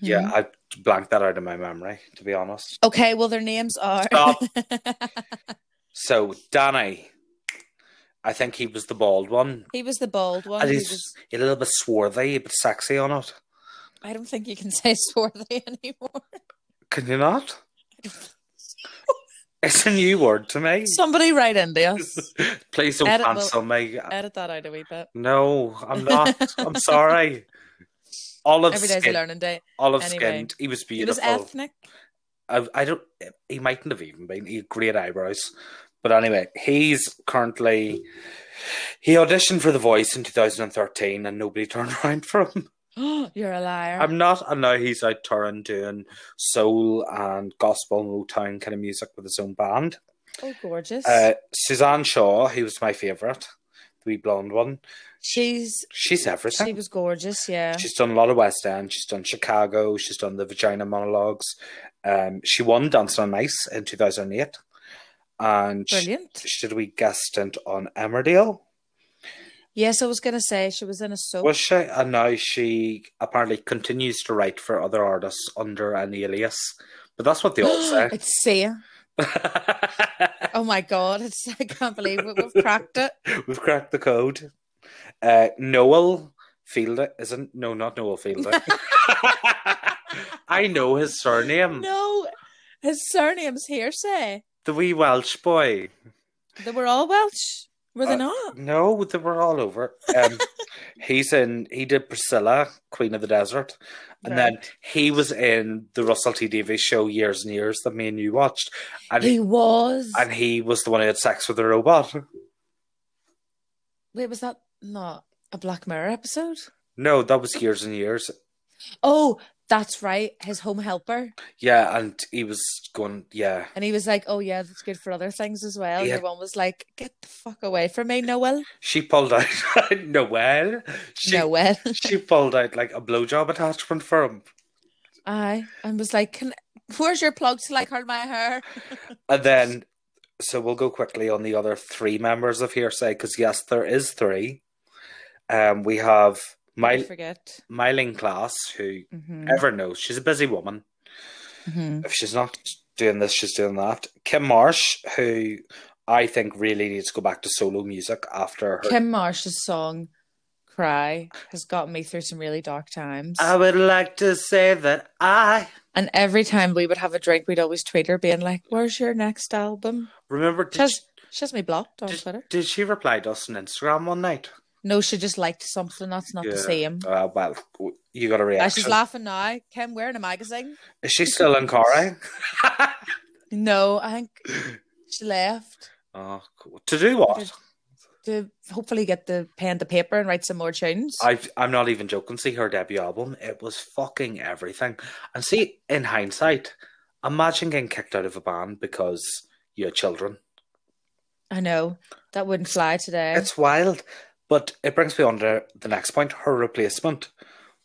[SPEAKER 2] Yeah,
[SPEAKER 1] Mhm.
[SPEAKER 2] I blanked that out of my memory, to be honest.
[SPEAKER 1] Okay, well their names are.
[SPEAKER 2] Stop. So Danny, I think he was the bald one.
[SPEAKER 1] he was the bald one.
[SPEAKER 2] And
[SPEAKER 1] He
[SPEAKER 2] he's
[SPEAKER 1] was-
[SPEAKER 2] a little bit swarthy, but sexy on it.
[SPEAKER 1] I don't think you can say swarthy anymore.
[SPEAKER 2] Can you not? It's a new word to me.
[SPEAKER 1] Somebody write into us.
[SPEAKER 2] Please don't
[SPEAKER 1] Edit will-
[SPEAKER 2] cancel me.
[SPEAKER 1] Edit that out a wee bit.
[SPEAKER 2] No, I'm not. I'm sorry. Olive
[SPEAKER 1] Every day's a
[SPEAKER 2] skinned.
[SPEAKER 1] learning day.
[SPEAKER 2] Olive
[SPEAKER 1] Anyway.
[SPEAKER 2] skinned. He was
[SPEAKER 1] It was
[SPEAKER 2] beautiful.
[SPEAKER 1] ethnic.
[SPEAKER 2] I, I don't. He mightn't have even been. He had great eyebrows, but anyway, he's currently. He auditioned for The Voice in 2013, and nobody turned around for him.
[SPEAKER 1] You're a liar.
[SPEAKER 2] I'm not, and now he's out touring doing soul and gospel and Motown kind of music with his own band.
[SPEAKER 1] oh, gorgeous.
[SPEAKER 2] Uh, Suzanne Shaw, who was my favourite, the wee blonde one.
[SPEAKER 1] She's
[SPEAKER 2] She's everything.
[SPEAKER 1] she was gorgeous. Yeah.
[SPEAKER 2] She's done a lot of West End. She's done Chicago. She's done the Vagina Monologues. Um, she won Dancing on Ice in 2008. And she,
[SPEAKER 1] Brilliant.
[SPEAKER 2] she did a wee guest stint on Emmerdale,
[SPEAKER 1] Yes, I was gonna say she was in a soap.
[SPEAKER 2] was she? And now she apparently continues to write for other artists under an alias. But that's what they all say.
[SPEAKER 1] it's Sia. Oh my god, it's I can't believe it. We've cracked it.
[SPEAKER 2] We've cracked the code. Uh, Noel Fielder isn't no, not Noel Fielder. I know his surname.
[SPEAKER 1] No, his surname's hearsay.
[SPEAKER 2] The wee Welsh boy.
[SPEAKER 1] They were all Welsh, were they
[SPEAKER 2] Uh,
[SPEAKER 1] not?
[SPEAKER 2] No, they were all over. Um, he's in. He did Priscilla, Queen of the Desert, and then he was in the Russell T Davies show years and years that me and you watched, and
[SPEAKER 1] He was.
[SPEAKER 2] and he was the one who had sex with the robot.
[SPEAKER 1] Wait, was that not a Black Mirror episode?
[SPEAKER 2] No, that was years and years.
[SPEAKER 1] Oh, that's right. His home helper.
[SPEAKER 2] Yeah, and he was going. Yeah,
[SPEAKER 1] And he was like, Oh yeah, that's good for other things as well.
[SPEAKER 2] Yeah.
[SPEAKER 1] And the one was like, Get the fuck away from me, Noel.
[SPEAKER 2] she pulled out Noel. She
[SPEAKER 1] Noel.
[SPEAKER 2] she pulled out like a blowjob attachment for him,
[SPEAKER 1] I and was like, Can where's your plug to like curl my hair?
[SPEAKER 2] and then. So we'll go quickly on the other three members of hearsay because yes, there is three. Um, we have
[SPEAKER 1] I
[SPEAKER 2] my
[SPEAKER 1] forget.
[SPEAKER 2] Myling Class, who
[SPEAKER 1] Mhm,
[SPEAKER 2] ever knows she's a busy woman.
[SPEAKER 1] mhm.
[SPEAKER 2] If she's not doing this, she's doing that. Kim Marsh, who I think really needs to go back to solo music after her.
[SPEAKER 1] Kim Marsh's song Cry has gotten me through some really dark times.
[SPEAKER 2] I would like to say that I
[SPEAKER 1] and every time we would have a drink, we'd always tweet her being like, Where's your next album?
[SPEAKER 2] remember. Did
[SPEAKER 1] She has, she has me blocked on
[SPEAKER 2] Did-
[SPEAKER 1] Twitter.
[SPEAKER 2] Did she reply to us on Instagram one night?
[SPEAKER 1] No, she just liked something. That's not the
[SPEAKER 2] Yeah.
[SPEAKER 1] same.
[SPEAKER 2] Uh, well, w- you got a
[SPEAKER 1] Ah,
[SPEAKER 2] reaction.
[SPEAKER 1] she's laughing now. Kim, we're in a magazine.
[SPEAKER 2] Is she still in Corrie?
[SPEAKER 1] No, I think she left
[SPEAKER 2] oh, cool. To do what?
[SPEAKER 1] to hopefully get the pen to paper and write some more tunes.
[SPEAKER 2] I, I'm not even joking. See her debut album. It was fucking everything. And see, in hindsight, imagine getting kicked out of a band because you're children.
[SPEAKER 1] I know that wouldn't fly today.
[SPEAKER 2] It's wild. But it brings me on to the next point. Her replacement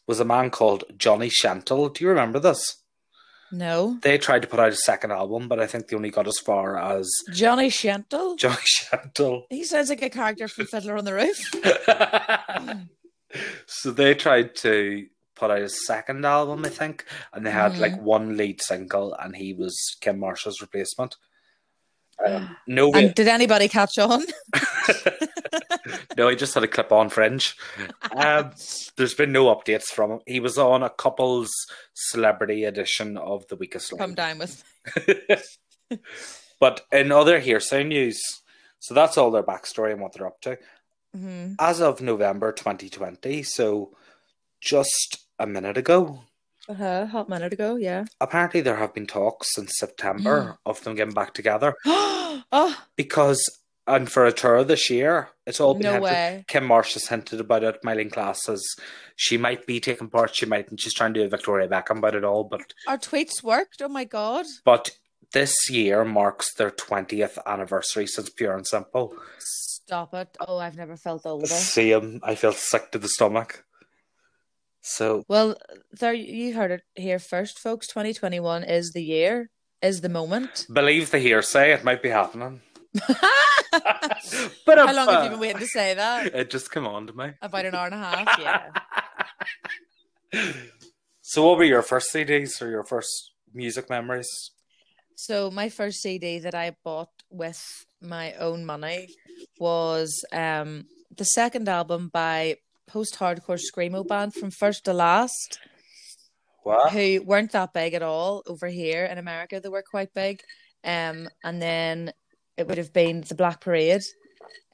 [SPEAKER 2] was a man called Johnny Shantle. Do you remember this?
[SPEAKER 1] No,
[SPEAKER 2] They tried to put out a second album, but I think they only got as far as
[SPEAKER 1] Johnny Shentel.
[SPEAKER 2] Johnny Shantle.
[SPEAKER 1] he sounds like a character from Fiddler on the Roof.
[SPEAKER 2] so they tried to put out a second album, I think, and they had like one lead single, and he was Kim Marshall's replacement. Um, no,
[SPEAKER 1] And did anybody catch on?
[SPEAKER 2] no, he just had a clip on fringe. Um, there's been no updates from him. He was on a couple's celebrity edition of The Weakest
[SPEAKER 1] Come
[SPEAKER 2] Link.
[SPEAKER 1] down with.
[SPEAKER 2] But in other hearsay news, so that's all their backstory and what they're up to.
[SPEAKER 1] Mhm.
[SPEAKER 2] As of November 2020, so just a minute ago,
[SPEAKER 1] Uh-huh, hot minute ago, yeah.
[SPEAKER 2] apparently there have been talks since
[SPEAKER 1] Mm.
[SPEAKER 2] September of them getting back together
[SPEAKER 1] oh
[SPEAKER 2] because and for a tour this year, it's all been
[SPEAKER 1] no
[SPEAKER 2] hinted.
[SPEAKER 1] way!
[SPEAKER 2] Kim Marsh has hinted about it. Mailing classes, she might be taking part, she mightn't. She's trying to do a Victoria Beckham about it all, but
[SPEAKER 1] Our tweets worked. Oh my god!
[SPEAKER 2] but this year marks their twentieth anniversary since Pure and Simple.
[SPEAKER 1] Stop it! Oh, I've never felt older.
[SPEAKER 2] Same, I feel sick to the stomach. So
[SPEAKER 1] Well, there you heard it here first, folks. 2021 is the year, is the moment.
[SPEAKER 2] believe the hearsay, it might be happening. but uh,
[SPEAKER 1] How long have you been waiting to say that?
[SPEAKER 2] It just came on to me.
[SPEAKER 1] About an hour and a half. Yeah.
[SPEAKER 2] So, what were your first CDs or your first music memories?
[SPEAKER 1] So my first CD that I bought with my own money was um the second album by post hardcore screamo band from first to last.
[SPEAKER 2] What?
[SPEAKER 1] who weren't that big at all over here in America. They were quite big. Um, and then it would have been the Black Parade,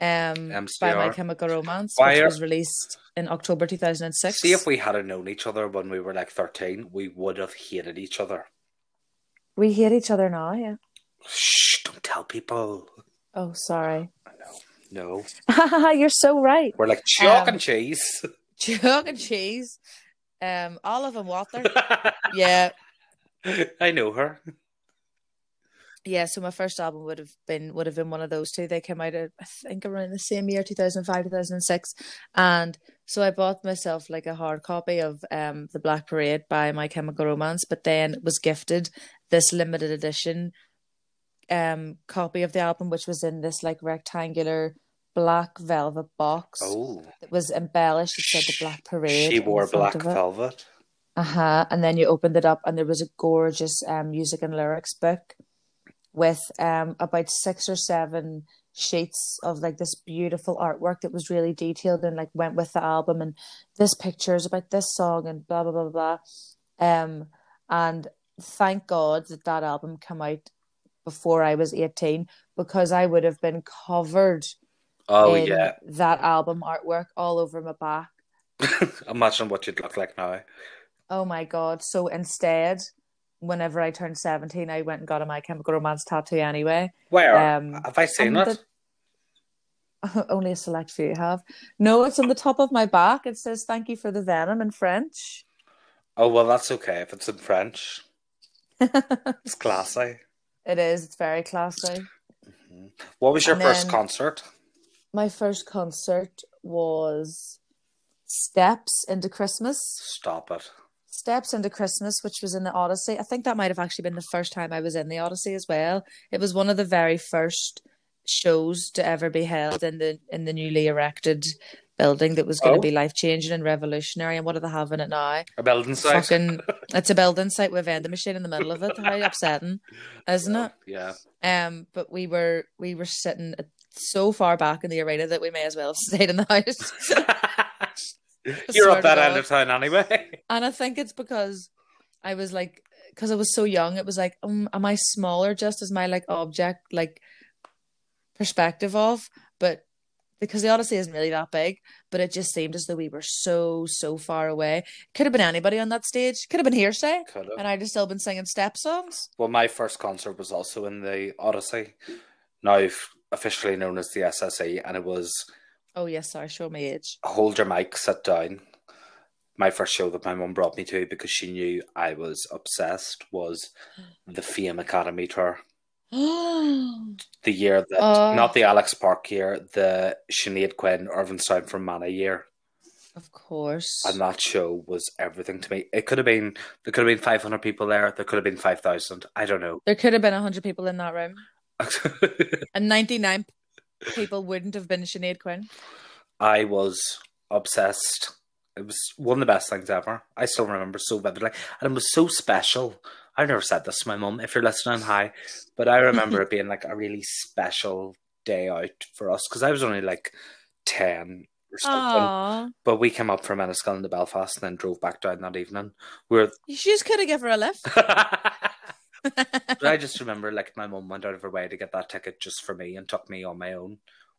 [SPEAKER 1] um, by My
[SPEAKER 2] MCR.
[SPEAKER 1] Chemical Romance,
[SPEAKER 2] Why
[SPEAKER 1] which
[SPEAKER 2] are-
[SPEAKER 1] was released in October two thousand and six.
[SPEAKER 2] See, if we had known each other when we were like 13, we would have hated each other.
[SPEAKER 1] we hate each other now, yeah.
[SPEAKER 2] Shh, don't tell people.
[SPEAKER 1] Oh, sorry.
[SPEAKER 2] No.
[SPEAKER 1] You're so right.
[SPEAKER 2] We're like chalk
[SPEAKER 1] Um,
[SPEAKER 2] and cheese.
[SPEAKER 1] Chuck and cheese, um, olive and water. yeah,
[SPEAKER 2] I know her.
[SPEAKER 1] yeah. So my first album would have been would have been one of those two. They came out, uh, I think, around the same year, two thousand five, two thousand six, and so I bought myself like a hard copy of um, the Black Parade by My Chemical Romance, but then was gifted this limited edition um copy of the album, which was in this like rectangular black velvet box.
[SPEAKER 2] Oh.
[SPEAKER 1] It was embellished. It said the Black Parade.
[SPEAKER 2] She
[SPEAKER 1] in
[SPEAKER 2] wore
[SPEAKER 1] front
[SPEAKER 2] black
[SPEAKER 1] of it.
[SPEAKER 2] velvet.
[SPEAKER 1] Uh-huh. And then you opened it up and there was a gorgeous um music and lyrics book with um about six or seven sheets of like this beautiful artwork that was really detailed and like went with the album and this picture is about this song and blah blah blah blah. blah. Um and thank God that that album came out before I was 18 because I would have been covered
[SPEAKER 2] Oh,
[SPEAKER 1] in
[SPEAKER 2] yeah.
[SPEAKER 1] that album artwork all over my back.
[SPEAKER 2] Imagine what you'd look like now.
[SPEAKER 1] Oh my god. So instead, whenever I turned 17, I went and got a My Chemical Romance tattoo anyway.
[SPEAKER 2] Where?
[SPEAKER 1] Um,
[SPEAKER 2] have I seen
[SPEAKER 1] and
[SPEAKER 2] it?
[SPEAKER 1] only a select few have. No, it's on the top of my back. It says thank you for the venom in French.
[SPEAKER 2] Oh, well, that's okay if it's in French. It's classy.
[SPEAKER 1] It is. It's very classy.
[SPEAKER 2] What was your
[SPEAKER 1] And
[SPEAKER 2] first
[SPEAKER 1] then-
[SPEAKER 2] concert?
[SPEAKER 1] My first concert was Steps into Christmas.
[SPEAKER 2] Stop it.
[SPEAKER 1] Steps into Christmas, which was in the Odyssey. I think that might have actually been the first time I was in the Odyssey as well. It was one of the very first shows to ever be held in the in the newly erected building that was going
[SPEAKER 2] Oh.
[SPEAKER 1] to be life changing and revolutionary. And what do they have in it now?
[SPEAKER 2] A building site?
[SPEAKER 1] Fucking, it's a building site with a vending machine in the middle of it. How upsetting, isn't it?
[SPEAKER 2] Yeah.
[SPEAKER 1] Um, but we were we were sitting so far back in the arena that we may as well have stayed in the house.
[SPEAKER 2] You're
[SPEAKER 1] Swear
[SPEAKER 2] up
[SPEAKER 1] to
[SPEAKER 2] that
[SPEAKER 1] God.
[SPEAKER 2] end of town anyway.
[SPEAKER 1] And I think it's because I was like, because I was so young, it was like, um, am I smaller just as my like object, like perspective of? But because the Odyssey isn't really that big, but it just seemed as though we were so, so far away. Could have been anybody on that stage, could have been hearsay,
[SPEAKER 2] Could have.
[SPEAKER 1] and I'd have still been singing step songs.
[SPEAKER 2] Well, my first concert was also in the Odyssey, now f- officially known as the SSE, and it was
[SPEAKER 1] Oh, yes, sorry, show my age.
[SPEAKER 2] Hold Your Mic, Sit Down. My first show that my mum brought me to because she knew I was obsessed was the Fame Academy tour. The year that,
[SPEAKER 1] Oh.
[SPEAKER 2] not the Alex Park year, the Sinead Quinn, Irvinstown from Mana year.
[SPEAKER 1] of course.
[SPEAKER 2] And that show was everything to me. It could have been, there could have been 500 people there, there could have been 5,000. I don't know.
[SPEAKER 1] There could have been 100 people in that room, and 99 people wouldn't have been Sinead Quinn.
[SPEAKER 2] I was obsessed. It was one of the best things ever. I still remember so vividly. And it was so special. I've never said this to my mum. If you're listening, hi. But I remember it being like a really special day out for us because I was only like 10 or something.
[SPEAKER 1] Aww.
[SPEAKER 2] But we came up from Enniskillen into Belfast and then drove back down that evening. We were
[SPEAKER 1] You just could have give her a lift.
[SPEAKER 2] but I just remember like my mum went out of her way to get that ticket just for me and took me on my own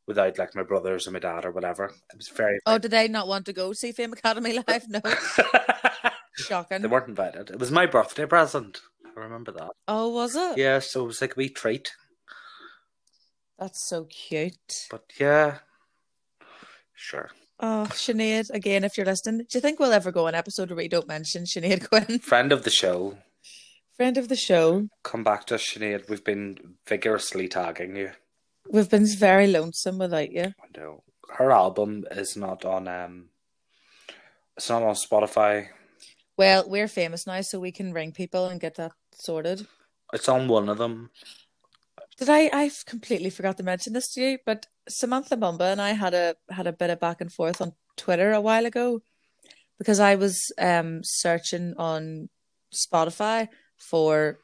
[SPEAKER 2] without like my brothers or my dad or whatever. It was very
[SPEAKER 1] oh, did they not want to go see Fame Academy live? No, shocking.
[SPEAKER 2] they weren't invited. It was my birthday present. I remember that.
[SPEAKER 1] Oh, was it?
[SPEAKER 2] Yeah, so it was like a wee treat.
[SPEAKER 1] That's so cute.
[SPEAKER 2] But yeah. Sure.
[SPEAKER 1] Oh, Sinead, again, if you're listening, do you think we'll ever go on episode where we don't mention Sinead Quinn,
[SPEAKER 2] Friend of the show.
[SPEAKER 1] friend of the show?
[SPEAKER 2] Come back to us, Sinead. We've been vigorously tagging you.
[SPEAKER 1] We've been very lonesome without you.
[SPEAKER 2] I know. Her album is not on um it's not on Spotify.
[SPEAKER 1] Well, we're famous now, so we can ring people and get that sorted.
[SPEAKER 2] It's on one of them.
[SPEAKER 1] Did I? I completely forgot to mention this to you, but Samantha Mumba and I had a had a bit of back and forth on Twitter a while ago because I was um searching on Spotify for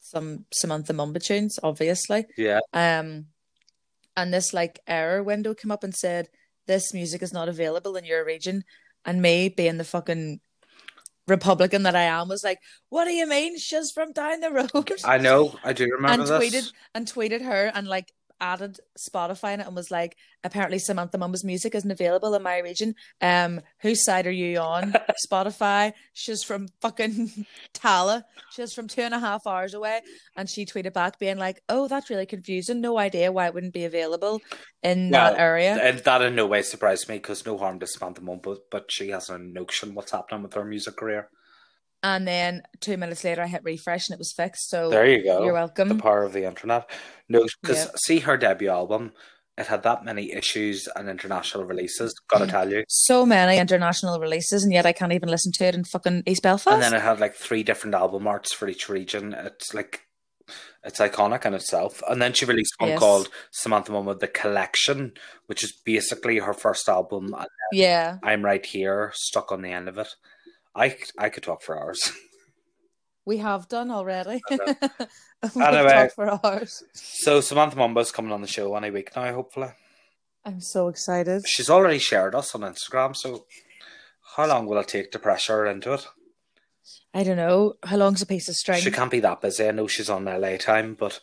[SPEAKER 1] some Samantha Mumba tunes, obviously.
[SPEAKER 2] Yeah.
[SPEAKER 1] Um, and this like error window came up and said this music is not available in your region, and me being the fucking Republican that I am was like, "What do you mean she's from down the road?"
[SPEAKER 2] I know, I do
[SPEAKER 1] and
[SPEAKER 2] remember this.
[SPEAKER 1] tweeted and tweeted her and like added Spotify in it and was like, apparently Samantha Mumba's music isn't available in my region. Um, whose side are you on? Spotify. She's from fucking Tala. She's from two and a half hours away. And she tweeted back being like, Oh, that's really confusing. No idea why it wouldn't be available in that
[SPEAKER 2] Well,
[SPEAKER 1] area.
[SPEAKER 2] And that in no way surprised me because no harm to Samantha Mumble, but she has no notion what's happening with her music career.
[SPEAKER 1] And then two minutes later I hit refresh and it was fixed. So
[SPEAKER 2] There you go.
[SPEAKER 1] Oh, you're welcome.
[SPEAKER 2] The power of the internet. No, because
[SPEAKER 1] Yeah.
[SPEAKER 2] see her debut album, it had that many issues and international releases. Gotta tell you.
[SPEAKER 1] so many international releases, and yet I can't even listen to it in fucking East Belfast.
[SPEAKER 2] And then uh, it had like three different album arts for each region. It's like it's iconic in itself. And then she released one
[SPEAKER 1] Yes.
[SPEAKER 2] called Samantha Mumba The Collection, which is basically her first album. and
[SPEAKER 1] yeah.
[SPEAKER 2] I'm right here, stuck on the end of it. I c- I could talk for hours.
[SPEAKER 1] We have done already.
[SPEAKER 2] know.
[SPEAKER 1] We've
[SPEAKER 2] Anyway.
[SPEAKER 1] talked for hours.
[SPEAKER 2] So Samantha Mumba's coming on the show any week now, hopefully.
[SPEAKER 1] I'm so excited.
[SPEAKER 2] She's already shared us on Instagram, so how long will it take to pressure her into it?
[SPEAKER 1] I don't know how long's a piece of string.
[SPEAKER 2] She can't be that busy. I know she's on LA time, but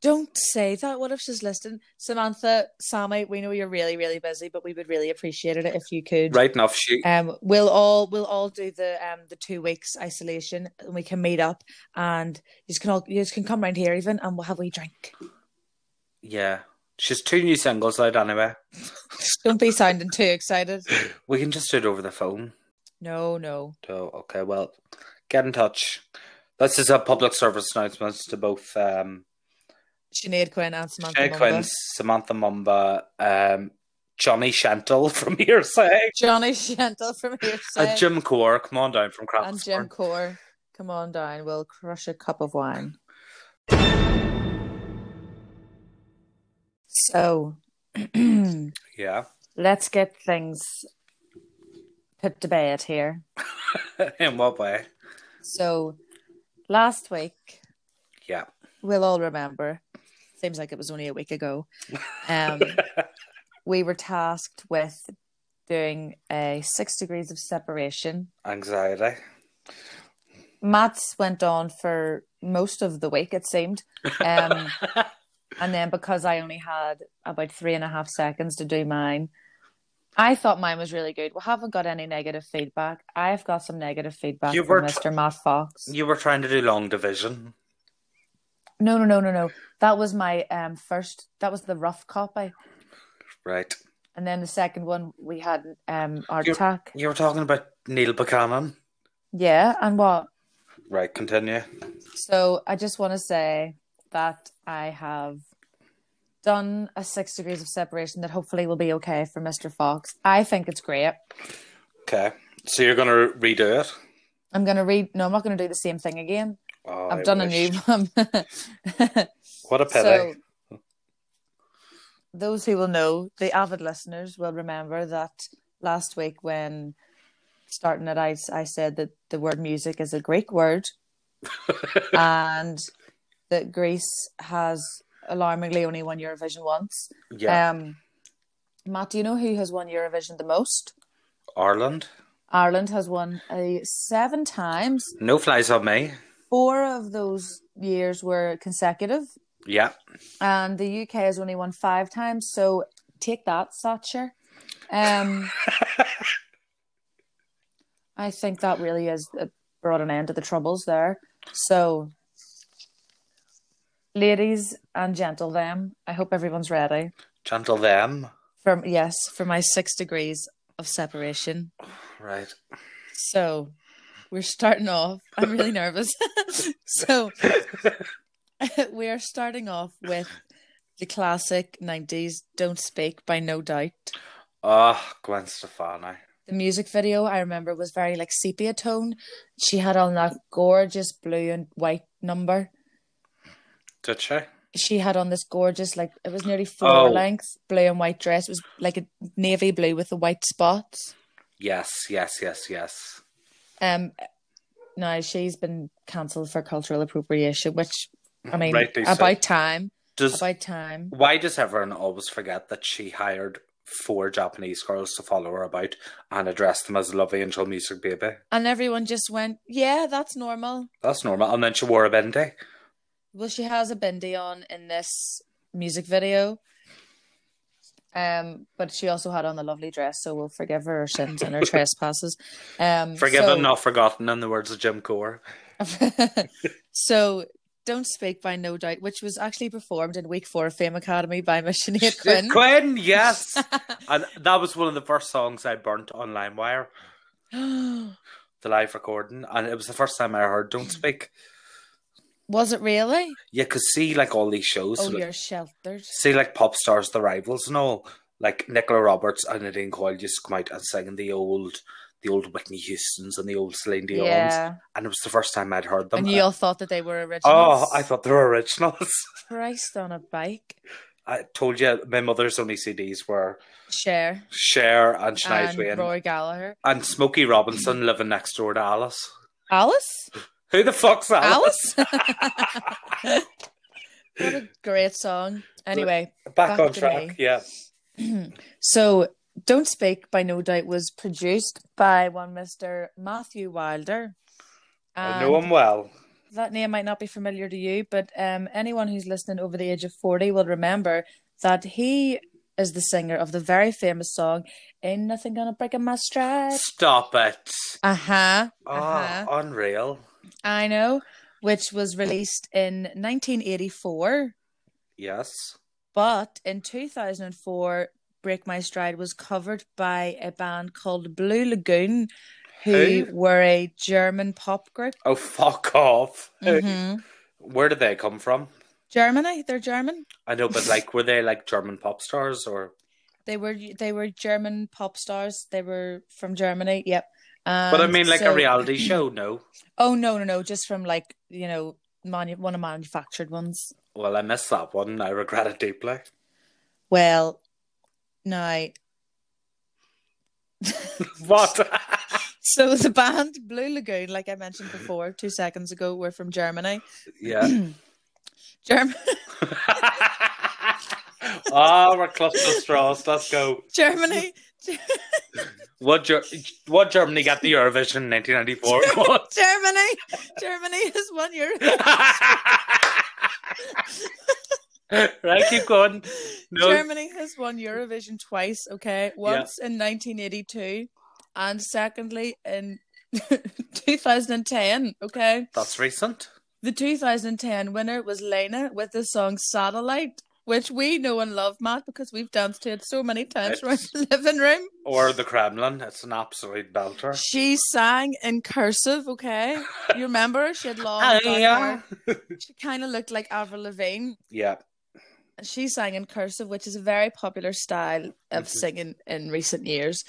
[SPEAKER 1] Don't say that. What if she's listening, Samantha, Sammy? We know you're really, really busy, but we would really appreciate it if you could.
[SPEAKER 2] right enough, she
[SPEAKER 1] Um, we'll all we'll all do the um the two weeks isolation, and we can meet up, and you can all you can come round here even, and we'll have a wee drink.
[SPEAKER 2] yeah, she's two new singles out anyway.
[SPEAKER 1] Don't be sounding too excited.
[SPEAKER 2] We can just do it over the phone.
[SPEAKER 1] No, no.
[SPEAKER 2] So okay, well, get in touch. This is a public service announcement to both um,
[SPEAKER 1] Sinead Quinn and Samantha.
[SPEAKER 2] Jay
[SPEAKER 1] Mumba.
[SPEAKER 2] Quinn, Samantha Mumba, um, Johnny Shentel from Hearsay,
[SPEAKER 1] Johnny Shentel from here.
[SPEAKER 2] and Jim Core. Come on down from
[SPEAKER 1] and Jim
[SPEAKER 2] Craftsman.
[SPEAKER 1] Core. Come on down, we'll crush a cup of wine. So
[SPEAKER 2] Yeah,
[SPEAKER 1] let's get things put to bed here.
[SPEAKER 2] in what way?
[SPEAKER 1] So last week,
[SPEAKER 2] Yeah.
[SPEAKER 1] we'll all remember, seems like it was only a week ago. Um, we were tasked with doing a six degrees of separation
[SPEAKER 2] Anxiety.
[SPEAKER 1] Matt's went on for most of the week, it seemed. Um, and then because I only had about three and a half seconds to do mine, I thought mine was really good. We haven't got any negative feedback. I've got some negative feedback
[SPEAKER 2] You
[SPEAKER 1] from
[SPEAKER 2] were t-
[SPEAKER 1] Mr. Matt Fox.
[SPEAKER 2] You were trying to do long division.
[SPEAKER 1] No, no, no, no, no. That was my um, first, that was the rough copy.
[SPEAKER 2] Right.
[SPEAKER 1] And then the second one, we had um, Art
[SPEAKER 2] You-
[SPEAKER 1] Attack.
[SPEAKER 2] You were talking about Neil Buchanan.
[SPEAKER 1] Yeah, and what?
[SPEAKER 2] Right, continue.
[SPEAKER 1] So I just want to say that I have done a six degrees of separation that hopefully will be okay for Mr. Fox. I think it's great.
[SPEAKER 2] Okay. So you're going to redo it?
[SPEAKER 1] I'm gonna read. No, I'm not gonna do the same thing again.
[SPEAKER 2] Oh,
[SPEAKER 1] I've
[SPEAKER 2] I
[SPEAKER 1] done
[SPEAKER 2] wish.
[SPEAKER 1] a new one.
[SPEAKER 2] What a pity.
[SPEAKER 1] so those who will know, the avid listeners will remember that last week when starting it, I I said that the word music is a Greek word, and that Greece has alarmingly only won Eurovision once.
[SPEAKER 2] yeah.
[SPEAKER 1] Um, Matt, do you know who has won Eurovision the most?
[SPEAKER 2] Ireland.
[SPEAKER 1] Ireland has won a seven times.
[SPEAKER 2] No flies on me.
[SPEAKER 1] Four of those years were consecutive,
[SPEAKER 2] Yeah.
[SPEAKER 1] and Um, the UK has only won five times. So take that, Thatcher. Um, I think that really has uh, brought an end to the troubles there. So, ladies and gentlemen, I hope everyone's ready.
[SPEAKER 2] Gentle them.
[SPEAKER 1] From yes, for my six degrees of separation.
[SPEAKER 2] Right.
[SPEAKER 1] So we're starting off. I'm really nervous. so we are starting off with the classic 90s Don't Speak by No Doubt.
[SPEAKER 2] Oh, Gwen Stefani.
[SPEAKER 1] The music video I remember was very like sepia tone. She had on that gorgeous blue and white number.
[SPEAKER 2] Did she?
[SPEAKER 1] She had on this gorgeous, like it was nearly four
[SPEAKER 2] Oh.
[SPEAKER 1] lengths, blue and white dress. It was like a navy blue with the white spots.
[SPEAKER 2] Yes, yes, yes, yes.
[SPEAKER 1] Um, now she's been cancelled for cultural appropriation, which I mean,
[SPEAKER 2] Rightly so.
[SPEAKER 1] about time,
[SPEAKER 2] Does
[SPEAKER 1] about time.
[SPEAKER 2] why does everyone always forget that she hired four Japanese girls to follow her about and address them as Love Angel Music Baby.
[SPEAKER 1] And everyone just went, yeah, that's normal.
[SPEAKER 2] That's normal. And then she wore a bindi.
[SPEAKER 1] Well, she has a bindi on in this music video. Um, but she also had on the lovely dress, so we'll forgive her her sins and her trespasses. Um,
[SPEAKER 2] Forgiven,
[SPEAKER 1] so-
[SPEAKER 2] not forgotten, in the words of Jim Core.
[SPEAKER 1] so don't speak by no doubt which was actually performed in week four of fame academy by miss Sinead quinn
[SPEAKER 2] Quinn, yes. and that was one of the first songs I burnt on LimeWire, the live recording. And it was the first time I heard Don't Speak.
[SPEAKER 1] was it really
[SPEAKER 2] Yeah, because see, like all these shows,
[SPEAKER 1] oh
[SPEAKER 2] like-
[SPEAKER 1] you're sheltered
[SPEAKER 2] see, like pop stars, the rivals and all, like Nicola Roberts and Nadine Coyle used to come out and sing the old, the old Whitney Houston's and the old Celine Dion's,
[SPEAKER 1] yeah
[SPEAKER 2] and it was the first time I'd heard them.
[SPEAKER 1] and you all thought that they were originals
[SPEAKER 2] oh, I thought they were originals.
[SPEAKER 1] christ on a bike
[SPEAKER 2] I told you my mother's only CDs were
[SPEAKER 1] Cher
[SPEAKER 2] Cher and Shania
[SPEAKER 1] and
[SPEAKER 2] Twain
[SPEAKER 1] Roy Gallagher.
[SPEAKER 2] and Smokey Robinson living next door to Alice.
[SPEAKER 1] Alice?
[SPEAKER 2] Who the fuck's Alice?
[SPEAKER 1] Alice? what a great song. Anyway,
[SPEAKER 2] Back,
[SPEAKER 1] Back
[SPEAKER 2] on
[SPEAKER 1] to
[SPEAKER 2] track,
[SPEAKER 1] me.
[SPEAKER 2] yeah.
[SPEAKER 1] so Don't Speak by No Doubt was produced by one Mr. Matthew Wilder. And
[SPEAKER 2] I know him well.
[SPEAKER 1] that name might not be familiar to you, but um, anyone who's listening over the age of 40 will remember that he is the singer of the very famous song, Ain't Nothing Gonna Break My Stride.
[SPEAKER 2] Stop it.
[SPEAKER 1] Uh huh.
[SPEAKER 2] Oh,
[SPEAKER 1] Uh-huh.
[SPEAKER 2] unreal.
[SPEAKER 1] I know, which was released in 1984,
[SPEAKER 2] Yes.
[SPEAKER 1] but in 2004, Break My Stride was covered by a band called Blue Lagoon, who
[SPEAKER 2] Who?
[SPEAKER 1] were a German pop group.
[SPEAKER 2] Oh, fuck off. Who-
[SPEAKER 1] Mhm.
[SPEAKER 2] Where did they come from?
[SPEAKER 1] Germany, they're German.
[SPEAKER 2] I know, but like, were they like German pop stars or?
[SPEAKER 1] They were they were German pop stars. They were from Germany. Yep. Um,
[SPEAKER 2] but I mean, like
[SPEAKER 1] so-
[SPEAKER 2] a reality show, no.
[SPEAKER 1] Oh no, no, no! Just from like you know, manu- one of manufactured ones.
[SPEAKER 2] Well, I missed that one. I regret it deeply.
[SPEAKER 1] Well, now
[SPEAKER 2] What?
[SPEAKER 1] So the band Blue Lagoon, like I mentioned before, two seconds ago, were from Germany.
[SPEAKER 2] yeah.
[SPEAKER 1] Germ-
[SPEAKER 2] Ah, we're clutching straws. Let's go.
[SPEAKER 1] Germany,
[SPEAKER 2] What, Ger- what Germany got the Eurovision in 1994? What?
[SPEAKER 1] Germany, Germany has won Euro.
[SPEAKER 2] right, keep going. No,
[SPEAKER 1] Germany has won Eurovision twice. Okay, once in 1982, and secondly in 2010. Okay,
[SPEAKER 2] that's recent.
[SPEAKER 1] the 2010 winner was Lena with the song "Satellite," which we know and love, Matt, because we've danced to it so many times around the living room.
[SPEAKER 2] Or the Kremlin. It's an absolute belter.
[SPEAKER 1] She sang in cursive, okay? You remember? She had long
[SPEAKER 2] Oh,
[SPEAKER 1] dark
[SPEAKER 2] yeah.
[SPEAKER 1] hair. She kind of looked like Avril Lavigne.
[SPEAKER 2] Yeah.
[SPEAKER 1] And She sang in cursive, which is a very popular style of
[SPEAKER 2] Mhm.
[SPEAKER 1] singing in recent years.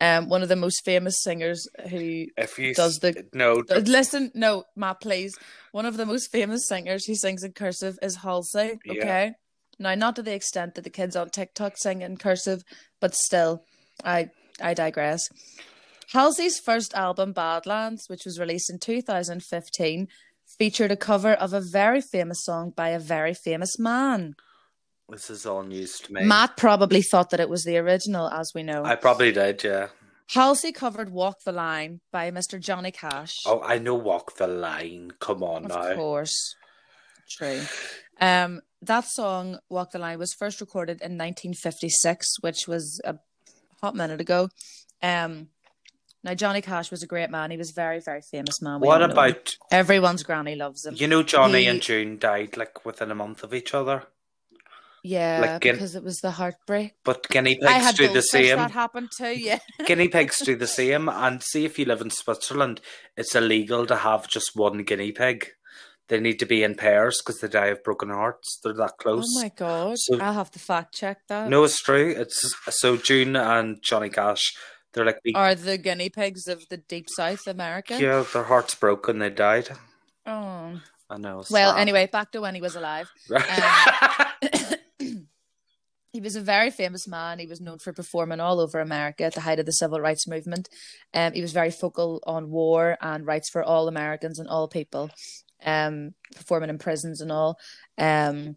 [SPEAKER 1] Um, one of the most famous singers who
[SPEAKER 2] If you
[SPEAKER 1] Does the-
[SPEAKER 2] no
[SPEAKER 1] uh, listen, no, Matt, please. One of the most famous singers who sings in cursive is Halsey.
[SPEAKER 2] Yeah.
[SPEAKER 1] Okay, now not to the extent that the kids on TikTok sing in cursive, but still, I I digress. Halsey's first album, Badlands, which was released in 2015, featured a cover of a very famous song by a very famous man.
[SPEAKER 2] this is all news to me.
[SPEAKER 1] Matt probably thought that it was the original, as we know.
[SPEAKER 2] I probably did, yeah.
[SPEAKER 1] Halsey covered "Walk the Line" by Mr. Johnny Cash.
[SPEAKER 2] Oh, I know. Walk the line. Come on
[SPEAKER 1] Of
[SPEAKER 2] now.
[SPEAKER 1] course. True. Um, that song, Walk the Line, was first recorded in 1956, which was a hot minute ago. Um, now, Johnny Cash was a great man. He was a very, very famous man. We
[SPEAKER 2] What
[SPEAKER 1] all know him.
[SPEAKER 2] about
[SPEAKER 1] Everyone's granny loves him.
[SPEAKER 2] you know Johnny
[SPEAKER 1] He-
[SPEAKER 2] and June died like within a month of each other,
[SPEAKER 1] Yeah,
[SPEAKER 2] like, in-
[SPEAKER 1] because it was the heartbreak.
[SPEAKER 2] but guinea
[SPEAKER 1] I
[SPEAKER 2] pigs
[SPEAKER 1] had
[SPEAKER 2] do the
[SPEAKER 1] goldfish
[SPEAKER 2] same.
[SPEAKER 1] that happened too, yeah.
[SPEAKER 2] guinea pigs do the same, and see if you live in Switzerland, it's illegal to have just one guinea pig. They need to be in pairs because they die of broken hearts. They're that
[SPEAKER 1] Oh
[SPEAKER 2] close.
[SPEAKER 1] my God.
[SPEAKER 2] So-
[SPEAKER 1] I'll have to fact check that.
[SPEAKER 2] No, it's true. It's so June and Johnny Cash. They're like, big-
[SPEAKER 1] Are the guinea pigs of the deep South America?
[SPEAKER 2] yeah, their hearts broke and they died.
[SPEAKER 1] Oh.
[SPEAKER 2] I know. it's
[SPEAKER 1] Well,
[SPEAKER 2] sad.
[SPEAKER 1] anyway, um, back to when he was alive. he was a very famous man. He was known for performing all over America at the height of the civil rights movement. Um, he was very focal on war and rights for all Americans and all people, um, performing in prisons and all. Um,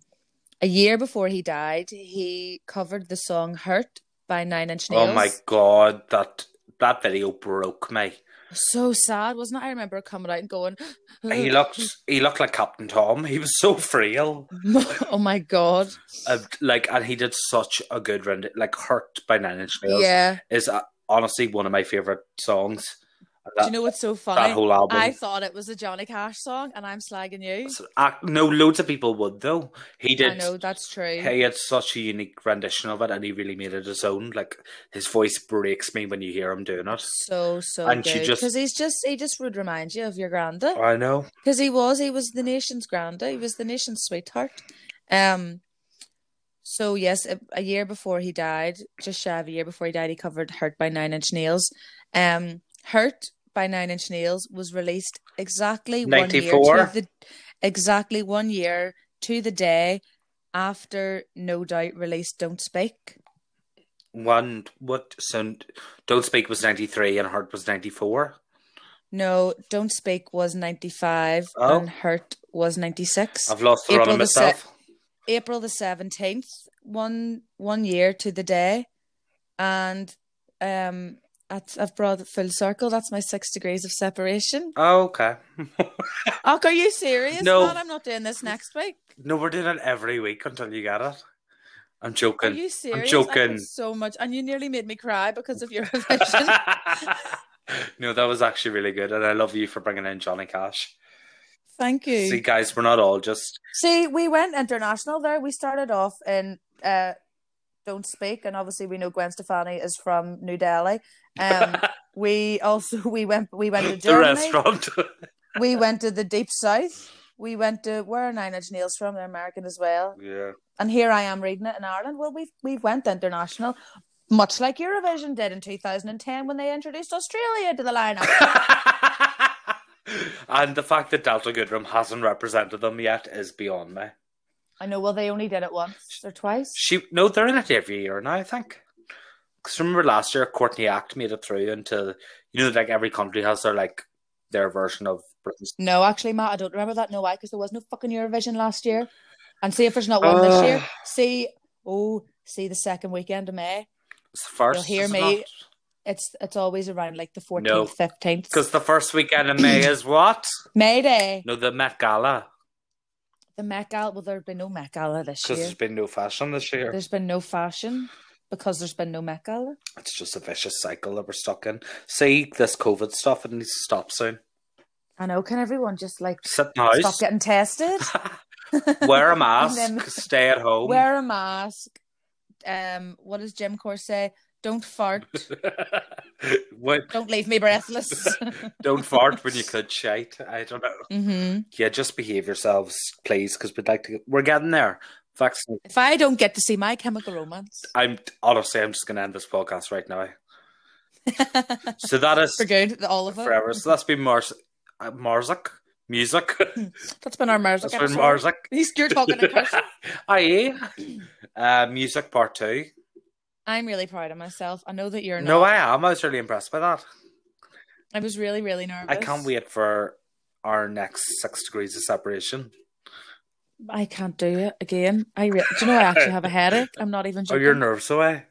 [SPEAKER 1] a year before he died, he covered the song Hurt by Nine Inch Nails.
[SPEAKER 2] Oh my god, that that video broke me.
[SPEAKER 1] So sad, wasn't it? I remember coming out and going,
[SPEAKER 2] He looked he looked like Captain Tom. He was so frail.
[SPEAKER 1] oh my god.
[SPEAKER 2] Uh, like and he did such a good rend like Hurt by Nine Inch Nails
[SPEAKER 1] Yeah.
[SPEAKER 2] is uh, honestly one of my favorite songs.
[SPEAKER 1] Do you know what's so funny?
[SPEAKER 2] That whole album.
[SPEAKER 1] I thought it was a Johnny Cash song, and I'm slagging you.
[SPEAKER 2] I, no, loads of people would though. He
[SPEAKER 1] I
[SPEAKER 2] did.
[SPEAKER 1] know that's true.
[SPEAKER 2] He had such a unique rendition of it, and he really made it his own. Like his voice breaks me when you hear him doing it.
[SPEAKER 1] so so
[SPEAKER 2] And she
[SPEAKER 1] good
[SPEAKER 2] just-
[SPEAKER 1] because he's just he just would remind you of your granda
[SPEAKER 2] I know.
[SPEAKER 1] because he was he was the nation's granda he was the nation's sweetheart um so yes a, a year before he died just shy of a year before he died he covered hurt by nine inch nails um hurt by nine inch nails was released exactly one
[SPEAKER 2] 94?
[SPEAKER 1] year to the, exactly one year to the day after no doubt released don't speak
[SPEAKER 2] One what? So don't speak was ninety three, and Hurt was ninety four.
[SPEAKER 1] No, Don't Speak was 95
[SPEAKER 2] Oh.
[SPEAKER 1] and Hurt was 96.
[SPEAKER 2] I've lost the run
[SPEAKER 1] April
[SPEAKER 2] on
[SPEAKER 1] the se-
[SPEAKER 2] myself.
[SPEAKER 1] April the 17th, one one year to the day. And um that's, I've brought it full circle. That's my six degrees of separation.
[SPEAKER 2] oh, okay.
[SPEAKER 1] Oh, are you serious?
[SPEAKER 2] No.
[SPEAKER 1] Man, I'm not doing this next week.
[SPEAKER 2] no, we're doing it every week until you get it. I'm
[SPEAKER 1] Are
[SPEAKER 2] joking.
[SPEAKER 1] you serious? I
[SPEAKER 2] joking.
[SPEAKER 1] put so much, and you nearly made me cry because of your vision.
[SPEAKER 2] no, that was actually really good, and I love you for bringing in Johnny Cash.
[SPEAKER 1] Thank you.
[SPEAKER 2] See, guys, we're not all just
[SPEAKER 1] See, we went international there. We started off in uh, Don't Speak, and obviously we know Gwen Stefani is from New Delhi. Um, we also we went we went to
[SPEAKER 2] the
[SPEAKER 1] Germany.
[SPEAKER 2] restaurant.
[SPEAKER 1] We went to the deep south. We went to where are Nine Inch Nails from? They're American as well.
[SPEAKER 2] yeah.
[SPEAKER 1] And here I am reading it in Ireland. Well, we've we went international, much like Eurovision did in 2010 when they introduced Australia to the lineup.
[SPEAKER 2] and the fact that Delta Goodrum hasn't represented them yet is beyond me.
[SPEAKER 1] I know. Well, they only did it once or twice.
[SPEAKER 2] She no, they're in it every year now. I think. Because remember last year, Courtney Act made it through into you know like every country has their like their version of Britain's.
[SPEAKER 1] No, actually, Matt, I don't remember that. No, why? Because there was no fucking Eurovision last year. And see if there's not one this year.
[SPEAKER 2] Ugh.
[SPEAKER 1] See, oh, see the second weekend of May.
[SPEAKER 2] It's the 1st
[SPEAKER 1] hear me. It's it's always around like the
[SPEAKER 2] No.
[SPEAKER 1] fourteenth, fifteenth.
[SPEAKER 2] Because the first weekend of May is what?
[SPEAKER 1] May Day,
[SPEAKER 2] No, the Met Gala.
[SPEAKER 1] the Met Gala. Well, there's been no Met Gala this
[SPEAKER 2] Because
[SPEAKER 1] year.
[SPEAKER 2] there's been no fashion this year.
[SPEAKER 1] There's been no fashion because there's been no Met Gala.
[SPEAKER 2] It's just a vicious cycle that we're stuck in. See this COVID stuff, it needs to stop soon.
[SPEAKER 1] I know. Can everyone just like
[SPEAKER 2] Sit in
[SPEAKER 1] stop
[SPEAKER 2] house,
[SPEAKER 1] getting tested?
[SPEAKER 2] wear a mask,
[SPEAKER 1] then-
[SPEAKER 2] stay at home.
[SPEAKER 1] Wear a mask. Um, what does Jim Core say? Don't fart.
[SPEAKER 2] What-
[SPEAKER 1] don't leave me breathless.
[SPEAKER 2] don't fart when you could shite. I don't know.
[SPEAKER 1] hmm
[SPEAKER 2] Yeah, just behave yourselves, please, because we'd like to. We're getting there. Vaccine.
[SPEAKER 1] If I don't get to see my chemical romance
[SPEAKER 2] I'm honestly, I'm just going to end this podcast right now. So that is
[SPEAKER 1] for good, the- all of it.
[SPEAKER 2] forever. So that's been Mars, uh, Marzik music.
[SPEAKER 1] That's been our Mars.
[SPEAKER 2] that's been Marzik.
[SPEAKER 1] He's, you're talking in person.
[SPEAKER 2] Aye. Uh, music part two.
[SPEAKER 1] I'm really proud of myself. I know that you're not.
[SPEAKER 2] No, I am. I was really impressed by that.
[SPEAKER 1] I was really, really nervous.
[SPEAKER 2] I can't wait for our next six degrees of separation.
[SPEAKER 1] I can't do it again. I re- do you know I actually have a headache. I'm not even
[SPEAKER 2] Are
[SPEAKER 1] joking.
[SPEAKER 2] your nerves Oh, away?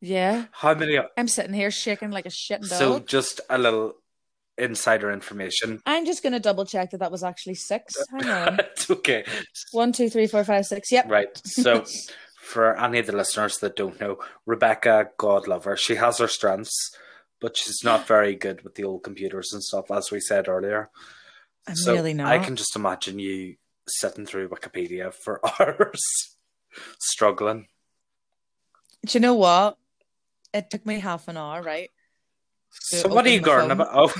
[SPEAKER 1] yeah,
[SPEAKER 2] How many?
[SPEAKER 1] I'm sitting here shaking like a shit dog.
[SPEAKER 2] So just a little insider information.
[SPEAKER 1] I'm just gonna double check that that was actually six. Hang on,
[SPEAKER 2] it's okay.
[SPEAKER 1] one, two, three, four, five, six. Yep.
[SPEAKER 2] Right. So for any of the listeners that don't know, Rebecca, God love her, she has her strengths, but she's not very good with the old computers and stuff, as we said earlier.
[SPEAKER 1] I'm
[SPEAKER 2] so
[SPEAKER 1] really not.
[SPEAKER 2] I can just imagine you sitting through Wikipedia for hours, struggling.
[SPEAKER 1] Do you know what? It took me half an hour, right? to
[SPEAKER 2] So what are
[SPEAKER 1] open
[SPEAKER 2] you
[SPEAKER 1] the
[SPEAKER 2] going
[SPEAKER 1] phone.
[SPEAKER 2] about?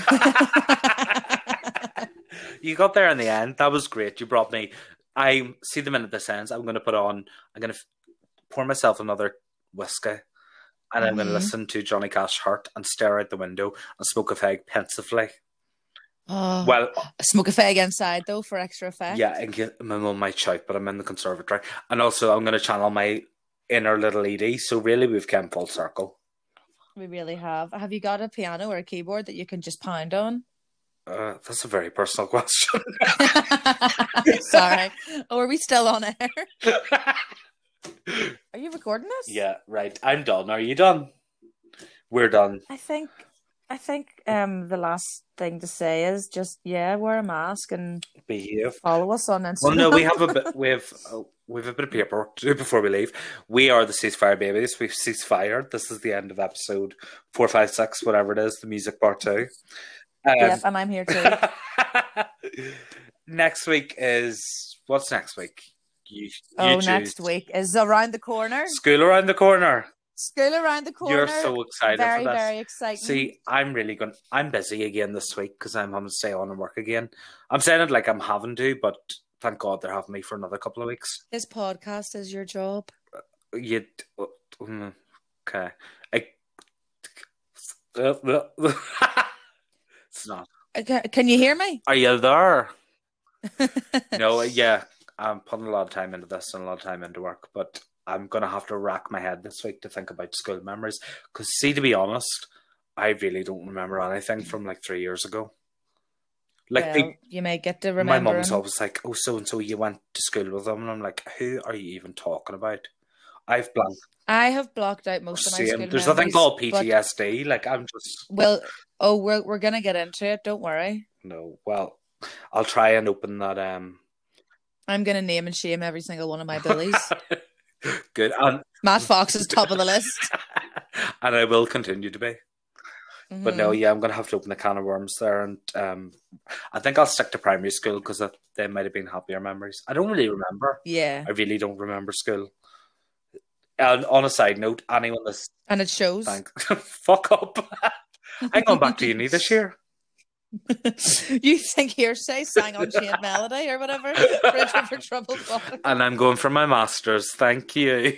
[SPEAKER 2] Oh, you got there in the end. That was great. You brought me. I see the minute this ends. I'm going to put on. I'm going to pour myself another whiskey, and I'm going to
[SPEAKER 1] Mhm.
[SPEAKER 2] listen to Johnny Cash Heart and stare out the window and smoke a fag pensively.
[SPEAKER 1] Oh,
[SPEAKER 2] Well,
[SPEAKER 1] smoke a fag inside though for extra effect.
[SPEAKER 2] yeah, and get, my mum might shout, but I'm in the conservatory, and also I'm going to channel my inner little Edie. So really, we've come full circle.
[SPEAKER 1] We really have. Have you got a piano or a keyboard that you can just pound on?
[SPEAKER 2] Uh, that's a very personal question.
[SPEAKER 1] Sorry. Oh, are we still on air? Are you recording this?
[SPEAKER 2] Yeah, right. I'm done. Are you done? We're done.
[SPEAKER 1] I think I think um the last thing to say is just yeah, wear a mask and
[SPEAKER 2] Behave.
[SPEAKER 1] follow us on Instagram.
[SPEAKER 2] Well, no, we have a bit. We have. Uh, we have a bit of paperwork to do before we leave. We are the ceasefire babies. We've ceasefire. This is the end of episode four, five, six, whatever it is. The music part two. Um,
[SPEAKER 1] Yep, and I'm here too.
[SPEAKER 2] next week is what's next week? You, you
[SPEAKER 1] oh,
[SPEAKER 2] choose.
[SPEAKER 1] next week is around the corner.
[SPEAKER 2] School around the corner.
[SPEAKER 1] School around the corner.
[SPEAKER 2] You're so excited
[SPEAKER 1] very,
[SPEAKER 2] for this.
[SPEAKER 1] very exciting.
[SPEAKER 2] See, I'm really going. to I'm busy again this week because I'm having to stay on and work again. I'm saying it like I'm having to, but thank God they're having me for another couple of weeks.
[SPEAKER 1] this podcast is your job.
[SPEAKER 2] You mm, okay? I, it's not.
[SPEAKER 1] Can, Uh, can you hear me?
[SPEAKER 2] Are you there? no, uh, yeah, I'm putting a lot of time into this and a lot of time into work, but I'm gonna have to rack my head this week to think about school memories. Because, see, to be honest, I really don't remember anything from like three years ago. Like,
[SPEAKER 1] Well,
[SPEAKER 2] they-
[SPEAKER 1] you may get to
[SPEAKER 2] my
[SPEAKER 1] remember.
[SPEAKER 2] mum's
[SPEAKER 1] them.
[SPEAKER 2] always like, "Oh, so and so, you went to school with them," and I'm like, "Who are you even talking about?" I've blanked.
[SPEAKER 1] I have blocked out most of my school
[SPEAKER 2] Same. There's nothing
[SPEAKER 1] memories,
[SPEAKER 2] called
[SPEAKER 1] but-
[SPEAKER 2] PTSD. Like, I'm just
[SPEAKER 1] Well, oh, we're we're gonna get into it. Don't worry.
[SPEAKER 2] no. Well, I'll try and open that. Um,
[SPEAKER 1] I'm gonna name and shame every single one of my bullies.
[SPEAKER 2] good and
[SPEAKER 1] Matt Fox is top of the list.
[SPEAKER 2] and I will continue to be. But no,
[SPEAKER 1] Mhm.
[SPEAKER 2] yeah, I'm gonna have to open a can of worms there, and um, I think I'll stick to primary school because they might have been happier memories. I don't really remember.
[SPEAKER 1] yeah,
[SPEAKER 2] I really don't remember school. And on a side note, anyone that's
[SPEAKER 1] and it shows.
[SPEAKER 2] thanks, fuck up. I'm going back to uni this year.
[SPEAKER 1] you think hearsay sang on Chain Melody or whatever? Bridge over troubled water.
[SPEAKER 2] and I'm going for my masters. Thank you.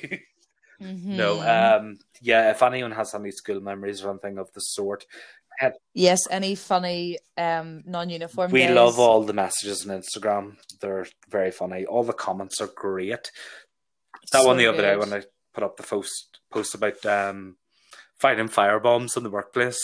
[SPEAKER 2] no,
[SPEAKER 1] Mhm.
[SPEAKER 2] um, yeah. If anyone has any school memories or anything of the sort,
[SPEAKER 1] yes, any funny um, non-uniform.
[SPEAKER 2] we
[SPEAKER 1] days?
[SPEAKER 2] love all the messages on Instagram. They're very funny. All the comments are great. That
[SPEAKER 1] So
[SPEAKER 2] one the other day
[SPEAKER 1] good.
[SPEAKER 2] when I put up the post post about um, fighting firebombs in the workplace.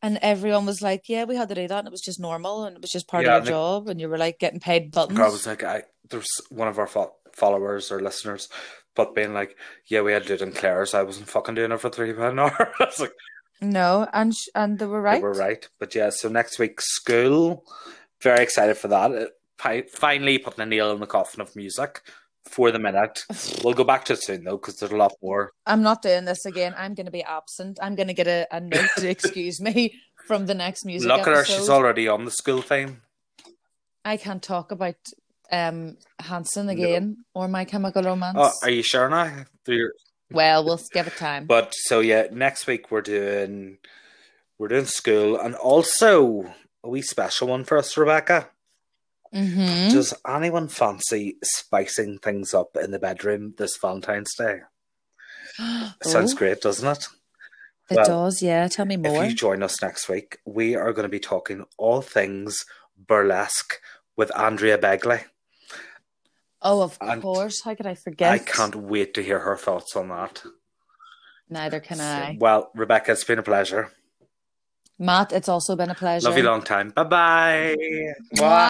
[SPEAKER 1] And everyone was like, "Yeah, we had to do that, and it was just normal, and it was just part
[SPEAKER 2] Yeah,
[SPEAKER 1] of
[SPEAKER 2] I
[SPEAKER 1] your
[SPEAKER 2] think-
[SPEAKER 1] job." And you were like getting paid buttons.
[SPEAKER 2] Girl was like, I there's one of our fo- followers or listeners, but being like, yeah, we had to do it in Claire's. I wasn't fucking doing it for three pound an hour. I was like,
[SPEAKER 1] No, and sh- and they were
[SPEAKER 2] They
[SPEAKER 1] right.
[SPEAKER 2] were right. But yeah, so next week school. Very excited for that. Uh, fi- Finally putting a nail in the coffin of music for the minute. We'll go back to it soon though, because there's a lot more.
[SPEAKER 1] I'm not doing this again. I'm going to be absent. I'm going to get a, a note to excuse me from the next music
[SPEAKER 2] Look at her;
[SPEAKER 1] episode.
[SPEAKER 2] she's already on the school theme.
[SPEAKER 1] I can't talk about um Hanson again or My Chemical Romance.
[SPEAKER 2] Oh, are you sure now? You're-
[SPEAKER 1] Well, we'll give it time.
[SPEAKER 2] But so yeah, next week we're doing we're doing school and also a wee special one for us, Rebecca.
[SPEAKER 1] hmm
[SPEAKER 2] Does anyone fancy spicing things up in the bedroom this Valentine's Day?
[SPEAKER 1] Oh.
[SPEAKER 2] Sounds great, doesn't it?
[SPEAKER 1] It
[SPEAKER 2] well,
[SPEAKER 1] does, yeah. Tell me more.
[SPEAKER 2] If you join us next week, we are going to be talking all things burlesque with Andrea Begley.
[SPEAKER 1] oh, of
[SPEAKER 2] and-
[SPEAKER 1] course. How could I forget?
[SPEAKER 2] I can't wait to hear her thoughts on that.
[SPEAKER 1] Neither can
[SPEAKER 2] So-
[SPEAKER 1] I.
[SPEAKER 2] well, Rebecca, it's been a pleasure.
[SPEAKER 1] Matt, it's also been a pleasure.
[SPEAKER 2] Love you long time. Bye bye.
[SPEAKER 1] Mwah.